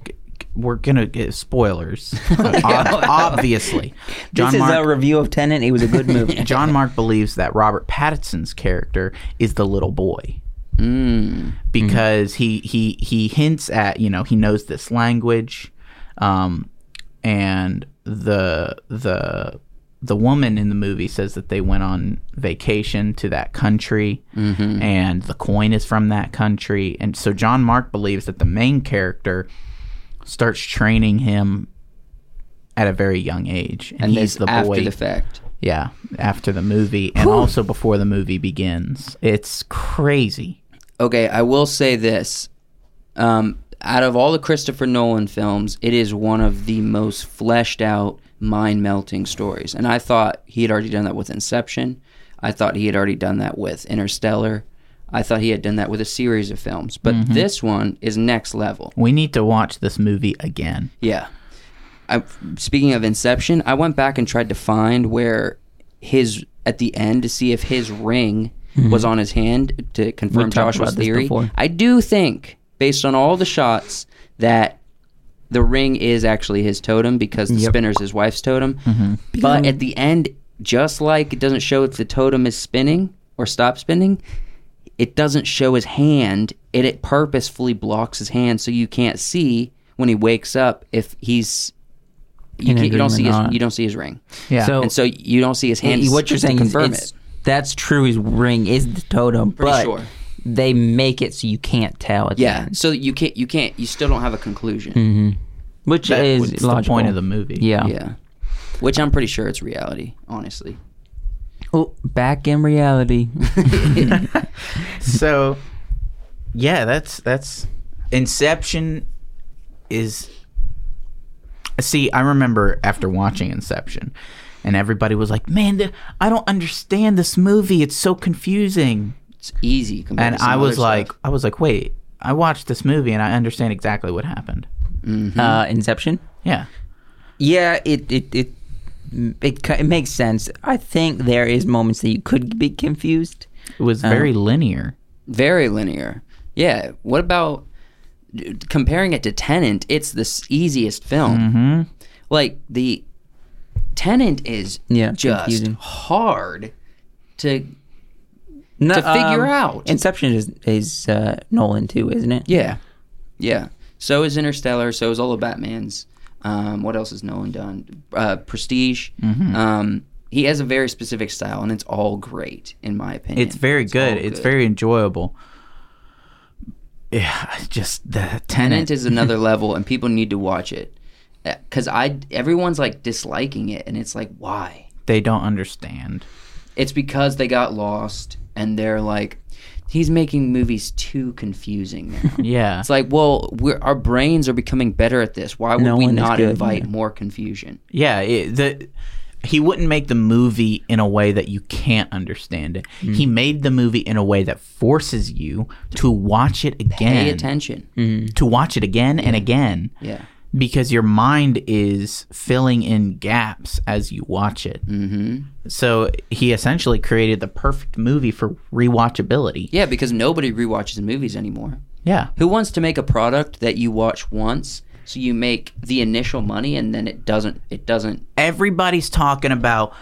we're gonna get *laughs* spoilers, uh, ob- obviously. John this is Mark. a review of Tenant. It was a good *laughs* movie. *laughs* John Mark believes that Robert Pattinson's character is the little boy Mm. because he he he hints at you know he knows this language um and the the the woman in the movie says that they went on vacation to that country Mm-hmm. and the coin is from that country. And so John Mark believes that the main character starts training him at a very young age. And, and he's this the after boy. the fact. yeah, after the movie and also before the movie begins. It's crazy. Okay, I will say this. Um, out of all the Christopher Nolan films, it is one of the most fleshed out, mind melting stories. And I thought he had already done that with Inception. I thought he had already done that with Interstellar. I thought he had done that with a series of films. But this one is next level. We need to watch this movie again. Yeah. I, speaking of Inception, I went back and tried to find where his at the end to see if his ring was on his hand to confirm We Mm-hmm. talked Joshua's about this theory. before. I do think, based on all the shots, that the ring is actually his totem because the spinner's his wife's totem. Mm-hmm. But at the end, just like it doesn't show if the totem is spinning or stop spinning, it doesn't show his hand. It, it purposefully blocks his hand so you can't see when he wakes up if he's you, In a can't, you don't dream see or his not. you don't see his ring. Yeah. So- and so you don't see his hand. Hey, what you're to saying is confirm it's- it. that's true. His ring is the totem, but sure. they make it so you can't tell. At the Yeah, end, so you can't you can't you still don't have a conclusion. Hmm. which That is was the logical. point of the movie. Yeah. Yeah. Which I'm pretty sure it's reality, honestly. Oh, back *laughs* in reality. *laughs* so yeah that's that's inception is see i remember after watching inception and everybody was like man th- i don't understand this movie it's so confusing It's easy compared and to some i was other like stuff. i was like wait i watched this movie and i understand exactly what happened uh, Inception. yeah Yeah, it it it it, ki- it makes sense. I think there is moments that you could be confused. it was very linear very linear. Yeah, what about d- comparing it to Tenant? It's the s- easiest film. Mm-hmm. Like the Tenant is Yeah, just confusing. hard to No, To um, figure out. Inception is is uh, Nolan too, isn't it? Yeah. Yeah. So is Interstellar. So is all of Batman's. Um, what else has Nolan done? Uh, Prestige. Mm-hmm. Um, he has a very specific style, and it's all great, in my opinion. it's very good all it's very enjoyable yeah it's just the tenant Tenant is another level, and people need to watch it because I everyone's like disliking it, and it's like why? they don't understand It's because they got lost, and they're like, he's making movies too *laughs* confusing now. *laughs* yeah It's like, well, we're, our brains are becoming better at this. Why would No we one is not good, invite yeah. more confusion? Yeah, it, the he wouldn't make the movie in a way that you can't understand it. He made the movie in a way that forces you to watch it again, Mm-hmm. Pay attention. Mm. to watch it again and again, Yeah. because your mind is filling in gaps as you watch it. Mm-hmm. So he essentially created the perfect movie for rewatchability. Yeah, because nobody rewatches movies anymore. Yeah, Who wants to make a product that you watch once so you make the initial money and then it doesn't it doesn't everybody's talking about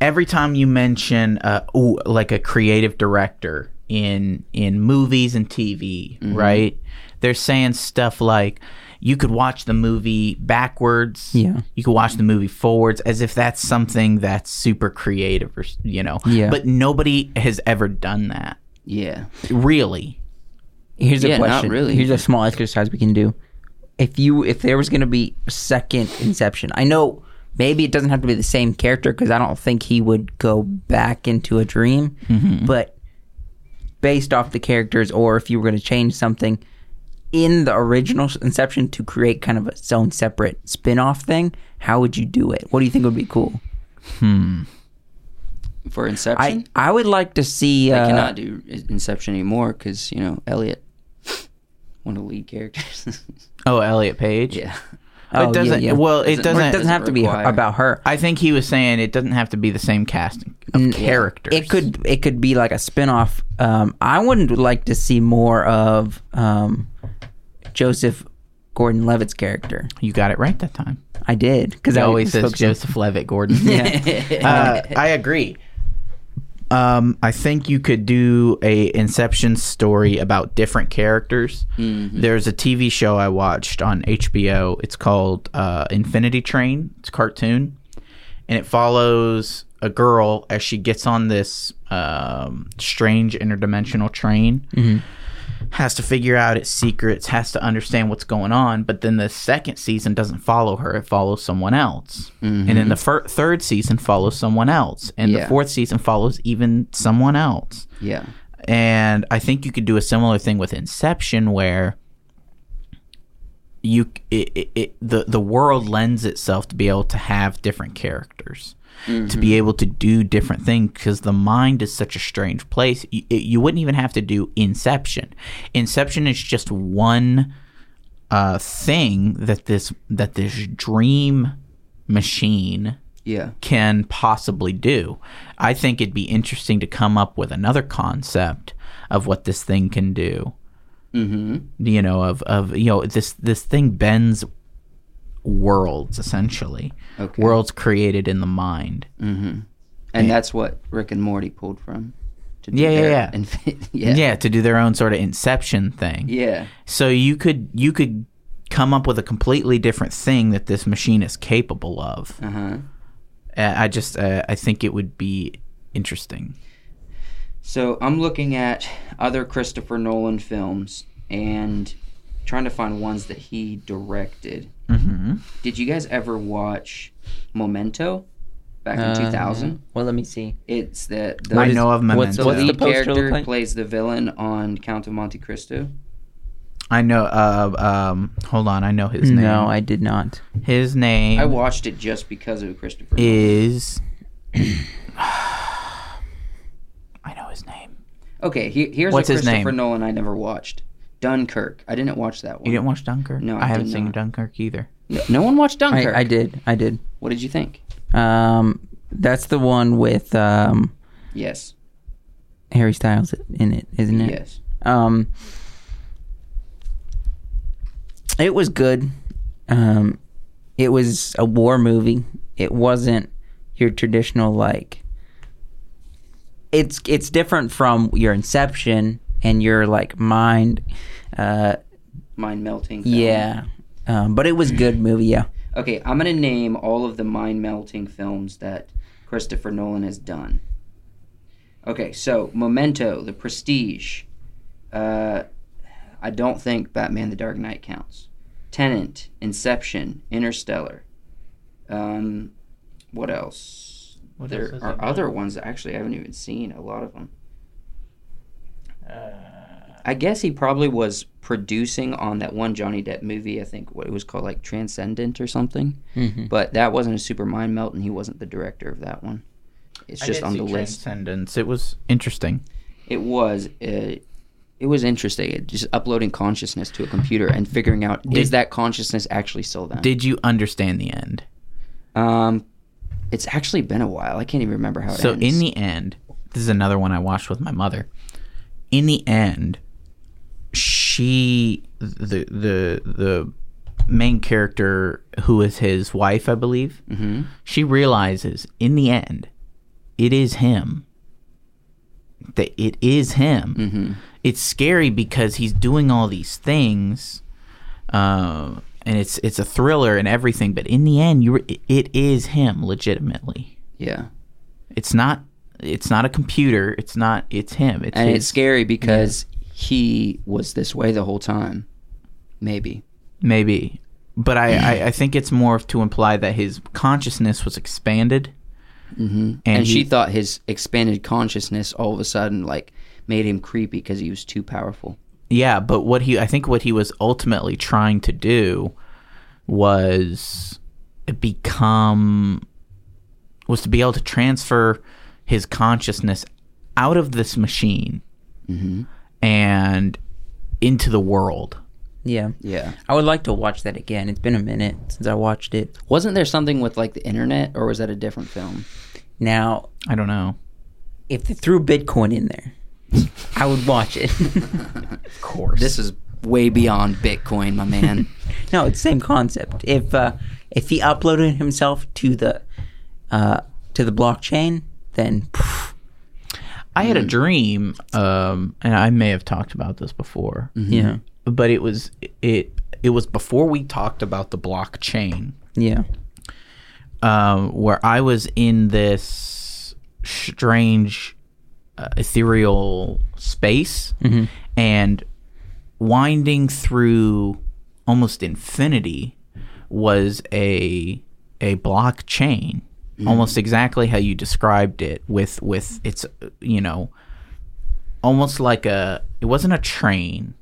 every time you mention uh ooh, like a creative director in in movies and TV, Mm-hmm. right? They're saying stuff like you could watch the movie backwards. Yeah. You could watch the movie forwards as if that's something that's super creative or s- you know. Yeah. But nobody has ever done that. yeah. Really. Here's Yeah, a not question. really. Here's a small exercise we can do. If you if there was going to be a second Inception, I know maybe it doesn't have to be the same character because I don't think he would go back into a dream. Mm-hmm. But based off the characters, or if you were going to change something in the original Inception to create kind of its own separate spin off thing, how would you do it? What do you think would be cool? For I Inception, I would like to see. I uh, cannot do I- Inception anymore cuz, you know, Elliot *laughs* one of the lead characters. *laughs* Oh, Elliot Page. yeah. oh, yeah, it doesn't yeah. well, it Doesn't- well, doesn't, Or it doesn't have to be require- about her. I think he was saying it doesn't have to be the same cast of characters. It could it could be like a spin-off. Um, I wouldn't like to see more of um, Joseph Gordon-Levitt's character. You got it right that time. I did because It I always says spoke to- Joseph Levitt Gordon. *laughs* Yeah. *laughs* uh, I agree. Um, I think you could do a Inception story about different characters. Mm-hmm. There's a TV show I watched on HBO. It's called uh, Infinity Train. It's a cartoon, and it follows a girl as she gets on this um, strange interdimensional train. Mm-hmm. Has to figure out its secrets, has to understand what's going on, but then the second season doesn't follow her; it follows someone else. And then the fir- third season follows someone else, and Yeah. the fourth season follows even someone else. Yeah. And I think you could do a similar thing with Inception, where you it, it, it the the world lends itself to be able to have different characters, to be able to do different things because the mind is such a strange place. You, it, you wouldn't even have to do Inception. Inception is just one uh, thing that this that this dream machine Yeah. can possibly do. I think it'd be interesting to come up with another concept of what this thing can do. Mm-hmm. You know, of of you know this this thing bends worlds essentially. Okay. Worlds created in the mind. And that's what Rick and Morty pulled from. To do Yeah, yeah, their *laughs* yeah. inf- Yeah. yeah. Yeah. to do their own sort of inception thing. Yeah. So you could you could come up with a completely different thing that this machine is capable of. Uh-huh. Uh, I just uh, I think it would be interesting. So I'm looking at other Christopher Nolan films and trying to find ones that he directed. Mm-hmm. Did you guys ever watch Memento back in Uh, 2000? Well, let me see. It's that I the, know of what's- Memento. the what's lead the poster character look like? plays the villain on Count of Monte Cristo. I know. Uh, um, hold on. I know his name. No, I did not. his name I watched it just because of Christopher. Nolan. is. *sighs* I know his name. Okay, he, here's What's a his Christopher name? Nolan I never watched. Dunkirk. I didn't watch that one. You didn't watch Dunkirk? No, I I, haven't did seen not. Dunkirk either. No, no one watched Dunkirk. I, I did. I did. What did you think? Um, that's the one with um, Yes. Harry Styles in it, isn't it? Yes. Um, it was good. Um, it was a war movie. It wasn't your traditional like. It's it's different from your Inception and your like mind. Uh, Mind melting. yeah, um, but it was good movie. Yeah, Okay, I'm gonna name all of the mind melting films that Christopher Nolan has done. Okay, so Memento, The Prestige. Uh, I don't think Batman: The Dark Knight counts. Tenant, Inception, Interstellar. Um, what else? What there else has are he done? other ones that actually I haven't even seen. A lot of them. I guess he probably was producing on that one Johnny Depp movie. I think what it was called, like Transcendent or something. Mm-hmm. But that wasn't a super mind melt, and he wasn't the director of that one. It's just on the list. Transcendence. It was interesting. It was. Uh, it was interesting. It just uploading consciousness to a computer and figuring out is that consciousness actually still them? Did you understand the end? um, it's actually been a while. I can't even remember how it So ends. in the end, this is another one I watched with my mother. In the end, she the the the main character who is his wife, I believe, mm-hmm. she realizes in the end it is him. That it is him. Mm-hmm. It's scary because he's doing all these things, uh, and it's it's a thriller and everything. But in the end, you re- it is him legitimately. yeah, It's not. It's not a computer. It's not. It's him. It's and his- it's scary because he was this way the whole time. Maybe. maybe. But I, *clears throat* I, I think it's more to imply that his consciousness was expanded, mm-hmm. and, and he, she thought his expanded consciousness all of a sudden like made him creepy because he was too powerful. yeah. But what he, I think, what he was ultimately trying to do was become was to be able to transfer his consciousness out of this machine Mm-hmm. and into the world. yeah, Yeah. I would like to watch that again. It's been a minute since I watched it. Wasn't there something with like the internet or was that a different film? Now, I don't know. if they threw Bitcoin in there, I would watch it. *laughs* Of course, This is way beyond Bitcoin, my *laughs* man. No, it's the same concept. If uh, if he uploaded himself to the uh, to the blockchain, then pff, I had a dream, um, and I may have talked about this before, yeah, but it was it it was before we talked about the blockchain. yeah, um, where I was in this strange uh, ethereal space and winding through almost infinity was a a blockchain almost exactly how you described it with with its you know almost like a it wasn't a train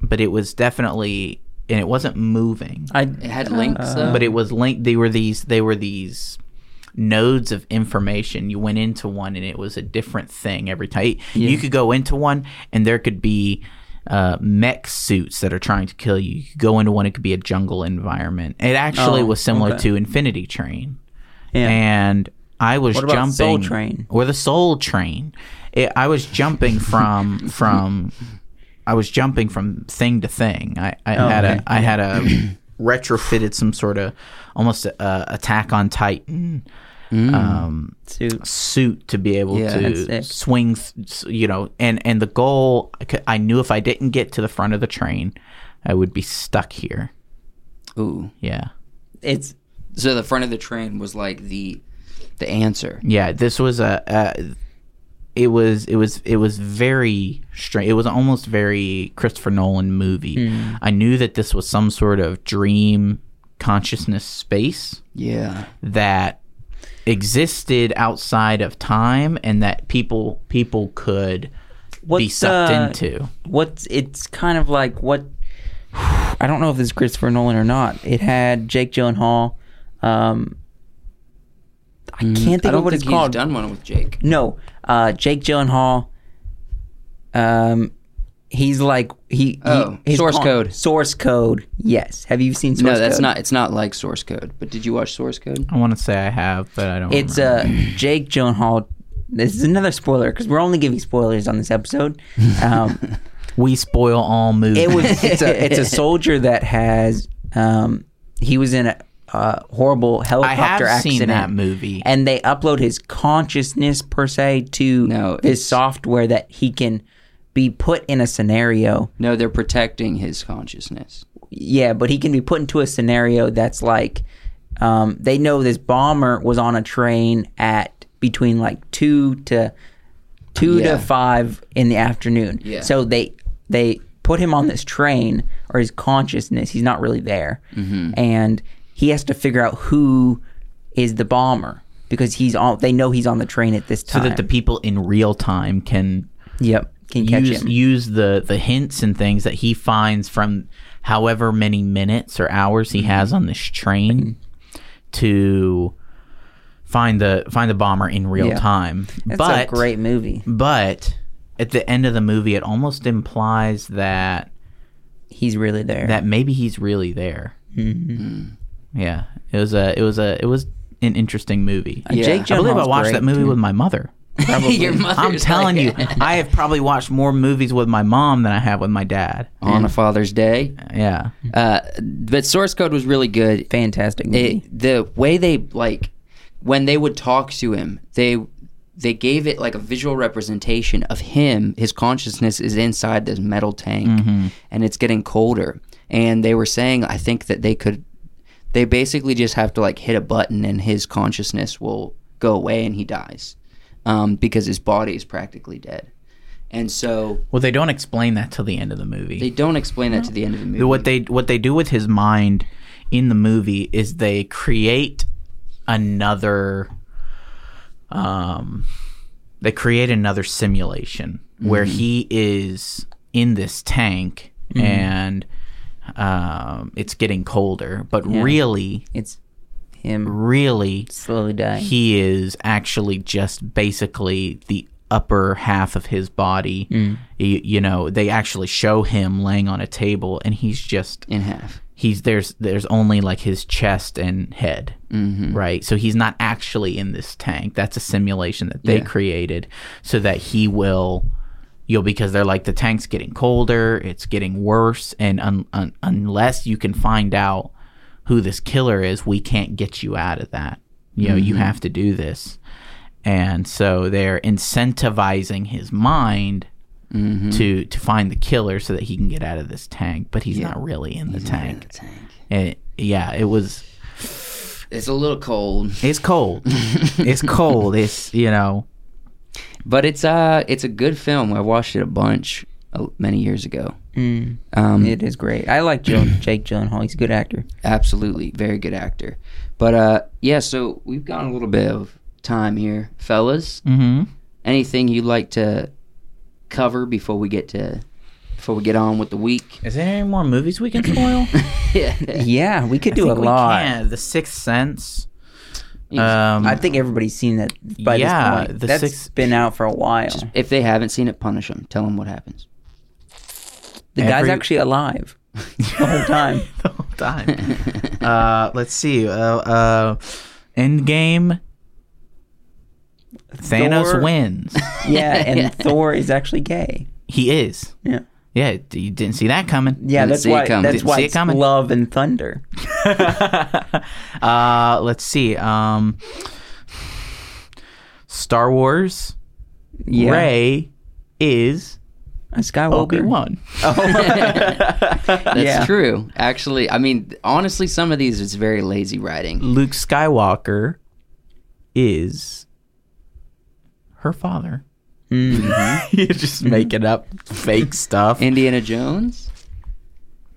but it was definitely and it wasn't moving I It had links, Uh, though. but it was linked they were these they were these nodes of information you went into one and it was a different thing every time you could go into one and there could be uh, mech suits that are trying to kill you you could go into one it could be a jungle environment it actually Oh, was similar okay. to infinity train Yeah. and i was What about jumping Soul Train? or the soul train it, i was jumping from from I was jumping from thing to thing. I, I had Oh, okay. a I had *clears throat* a retrofitted some sort of almost a, a Attack on Titan um, Suit. suit to be able Yeah, Mm. to that's sick. swing, th- you know. And and the goal, I cou- I knew if I didn't get to the front of the train, I would be stuck here. Ooh. Yeah, It's So the front of the train was like the the answer. yeah. This was a. a it was it was it was very strange. It was almost very Christopher Nolan movie. Hmm. I knew that this was some sort of dream consciousness space. Yeah. that existed outside of time and that people people could what's be sucked uh, into. What's it's kind of like what *sighs* I don't know if it's Christopher Nolan or not. It had Jake Gyllenhaal. Um, I can't think I of don't what think it's he's called. done one with Jake. No, uh, Jake Gyllenhaal. Um, he's like he. Oh, he, his Source con- Code. Source code. Yes. Have you seen Source no, that's Code? not. It's not like Source Code. But did you watch Source Code? I want to say I have, but I don't. It's remember. uh Jake Gyllenhaal. This is another spoiler because we're only giving spoilers on this episode. Um, we spoil all movies. it *laughs* was it's a it's a soldier that has um he was in a uh, *laughs* I horrible have helicopter accident. seen that movie. and they upload his consciousness per se to No, this it's- software that he can be put in a scenario. No, they're protecting his consciousness. *laughs* Yeah, but he can be put into a scenario that's like um, they know this bomber was on a train at between like two to two Yeah. to five in the afternoon. Yeah. So they they put him on this train or his consciousness. He's not really there, Mm-hmm. and he has to figure out who is the bomber because he's on. They know he's on the train at this so time. that the people in real time can yep can catch use him. use the the hints and things that he finds from however many minutes or hours Mm-hmm. he has on this train to find the find the bomber in real Yeah. time. That's but a great movie. but at the end of the movie it almost implies that He's really there. that maybe he's really there Mm-hmm. yeah it was a it was a it was an interesting movie Yeah. Jake i believe i Gyllenhaal's watched great, that movie dude. with my mother Your i'm mother's telling like- you *laughs* i have probably watched more movies with my mom than i have with my dad On a Father's Day. yeah Uh, but Source Code was really good. fantastic movie. it, the way they like when they would talk to him they they gave it like a visual representation of him his consciousness is inside this metal tank Mm-hmm. and it's getting colder and they were saying i think that they could they basically just have to like hit a button and his consciousness will go away and he dies um, because his body is practically dead and so well they don't explain that till the end of the movie they don't explain that to the end of the movie what they what they do with his mind in the movie is they create another um they create another simulation where Mm-hmm. he is in this tank and um it's getting colder but really it's him really slowly dying. he is actually just basically the upper half of his body Mm. you, you know they actually show him laying on a table and he's just in half he's there's there's only like his chest and head Mm-hmm. right so he's not actually in this tank that's a simulation that they Yeah. created so that he will you know because they're like the tank's getting colder it's getting worse and un- un- unless you can find out who this killer is we can't get you out of that you know you have to do this and so they're incentivizing his mind to to find the killer so that he can get out of this tank but he's not really in the tank tank and yeah, it was It's a little cold, It's cold. *laughs* it's cold. It's you know. but it's uh it's a good film. I watched it a bunch uh, many years ago. Mm, Um, it is great. I like Jill, Jake Gyllenhaal. He's a good actor. Absolutely, very good actor. But uh, yeah, so we've got a little bit of time here, fellas. Mm-hmm. Anything you'd like to cover before we get to before we get on with the week? Is there any more movies we can spoil? yeah, Yeah, we could do a think we lot. can. The Sixth Sense. Um, *laughs* I think everybody's seen that by Yeah, this point. the That's six- been out for a while. If they haven't seen it, punish them. Tell them what happens. The guy's every- actually alive the *laughs* whole time. the whole *laughs* time. uh, let's see. Uh, uh, Endgame. Thanos Thor- wins. Yeah, and Thor is actually gay. he is. Yeah. Yeah, d- you didn't see that coming. Yeah, Didn't that's see it why. coming. That's Didn't why see it it's coming. love and thunder. *laughs* uh, let's see. Um, Star Wars. Yeah, Ray is a Skywalker. Obi Wan. That's Yeah. true. Actually, I mean, honestly, some of these is very lazy writing. Luke Skywalker is her father. Mm-hmm. *laughs* Mm-hmm. You're just making up fake stuff. Indiana Jones,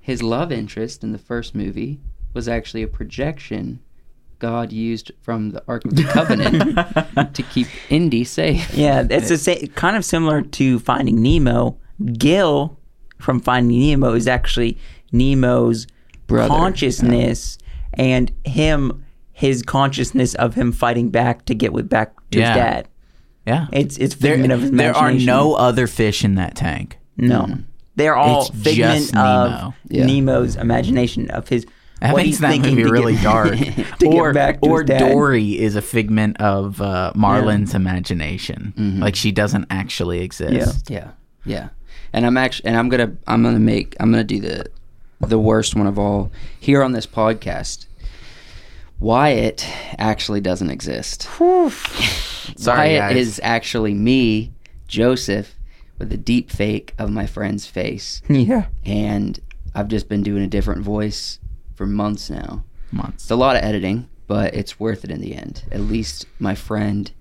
his love interest in the first movie was actually a projection God used from the Ark of the Covenant to keep Indy safe. Yeah, it's the same, kind of similar to Finding Nemo. Gil from Finding Nemo is actually Nemo's Brother, consciousness, and him, his consciousness of him fighting back to get with back to Yeah. his dad. yeah. It's it's there, figment of his there are imagination. no other fish in that tank. no. They're all It's figment just Nemo. of Yeah. Nemo's imagination of his. That what makes he's that thinking movie *laughs* to get- really dark. get or back to or his dad. Dory is a figment of uh, Marlin's imagination. Mm-hmm. Like she doesn't actually exist. Yeah, yeah. And I'm actually, and I'm gonna, I'm gonna make, I'm gonna do the, the worst one of all here on this podcast. Wyatt actually doesn't exist. Sorry, Wyatt guys. is actually me, Joseph, with a deep fake of my friend's face, Yeah. and I've just been doing a different voice for months now. Months. It's a lot of editing, but it's worth it in the end. At least my friend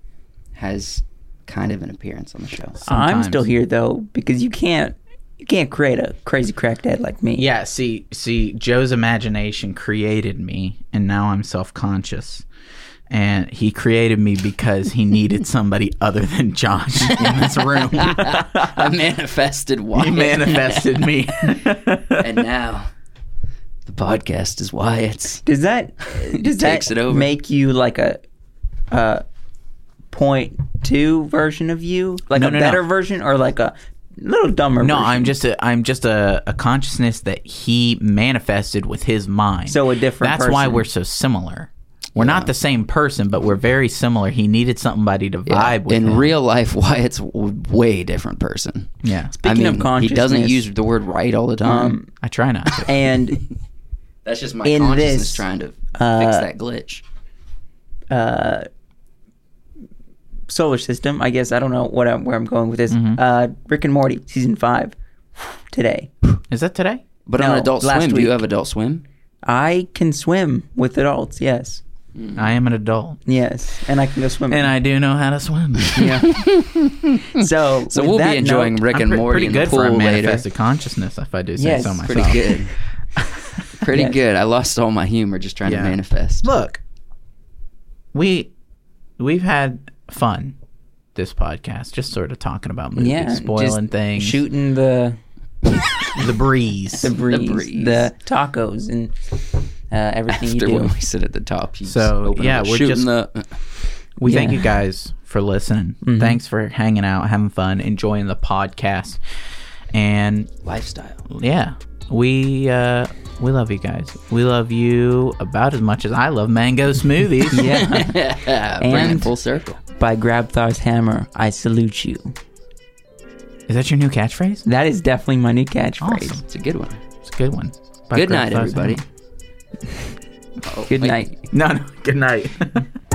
has kind of an appearance on the show. I'm still Sometimes. here though because you can't you can't create a crazy crack dad like me. Yeah, see, see, Joe's imagination created me, and now I'm self-conscious. And he created me because he *laughs* needed somebody other than Josh in this room. *laughs* I manifested Wyatt. he manifested *laughs* me. and now the podcast is Wyatt's. *laughs* Does that does Takes that it over. make you like a uh point two version of you? Like No, a no, no. better version or like a little dumber no, version? I'm just a, I'm just a, a consciousness that he manifested with his mind. So a different That's why person. we're so similar. We're not the same person, but we're very similar. He needed somebody to vibe with. In him. real life, Wyatt's w- way different person. yeah, Speaking I of mean, he doesn't consciousness, use the word right all the time. um I try not *laughs* to. and That's just my in consciousness this, trying to fix uh, that glitch. uh solar system, I guess I don't know what I'm, where I'm going with this. Mm-hmm. Uh Rick and Morty season 5 today. Is that today? But no, on Adult last Swim, do you week. have Adult Swim? I can swim with adults. Yes. I am an adult, Yes, and I can go swim. and I do know how to *laughs* swim. yeah. *laughs* so So with we'll that be enjoying note- Rick and pre- Morty pretty in good the pool for a later. manifested consciousness, if I do say Yes, so pretty myself. *laughs* *laughs* Pretty good. Pretty Yes. good. I lost all my humor just trying Yeah. to manifest. Look, we we've had fun this podcast, just sort of talking about movies, Yeah, spoiling just things, shooting the the breeze. the breeze, the, breeze. tacos, and uh, everything After you when do. we sit at the top, you So, just open yeah, up, we're shooting just- the. we thank yeah. you guys for listening. Mm-hmm. Thanks for hanging out, having fun, enjoying the podcast, and lifestyle. yeah, we uh, we love you guys. We love you about as much as I love mango *laughs* smoothies. *laughs* Yeah. Uh, Bringing it And- full circle. By Grab Thar's hammer, I salute you. is that your new catchphrase? That is definitely my new catchphrase. Awesome, It's a good one. it's a good one. By Good Greg *laughs* night, Oh, Clausen. everybody. Good night. No, no. Good night.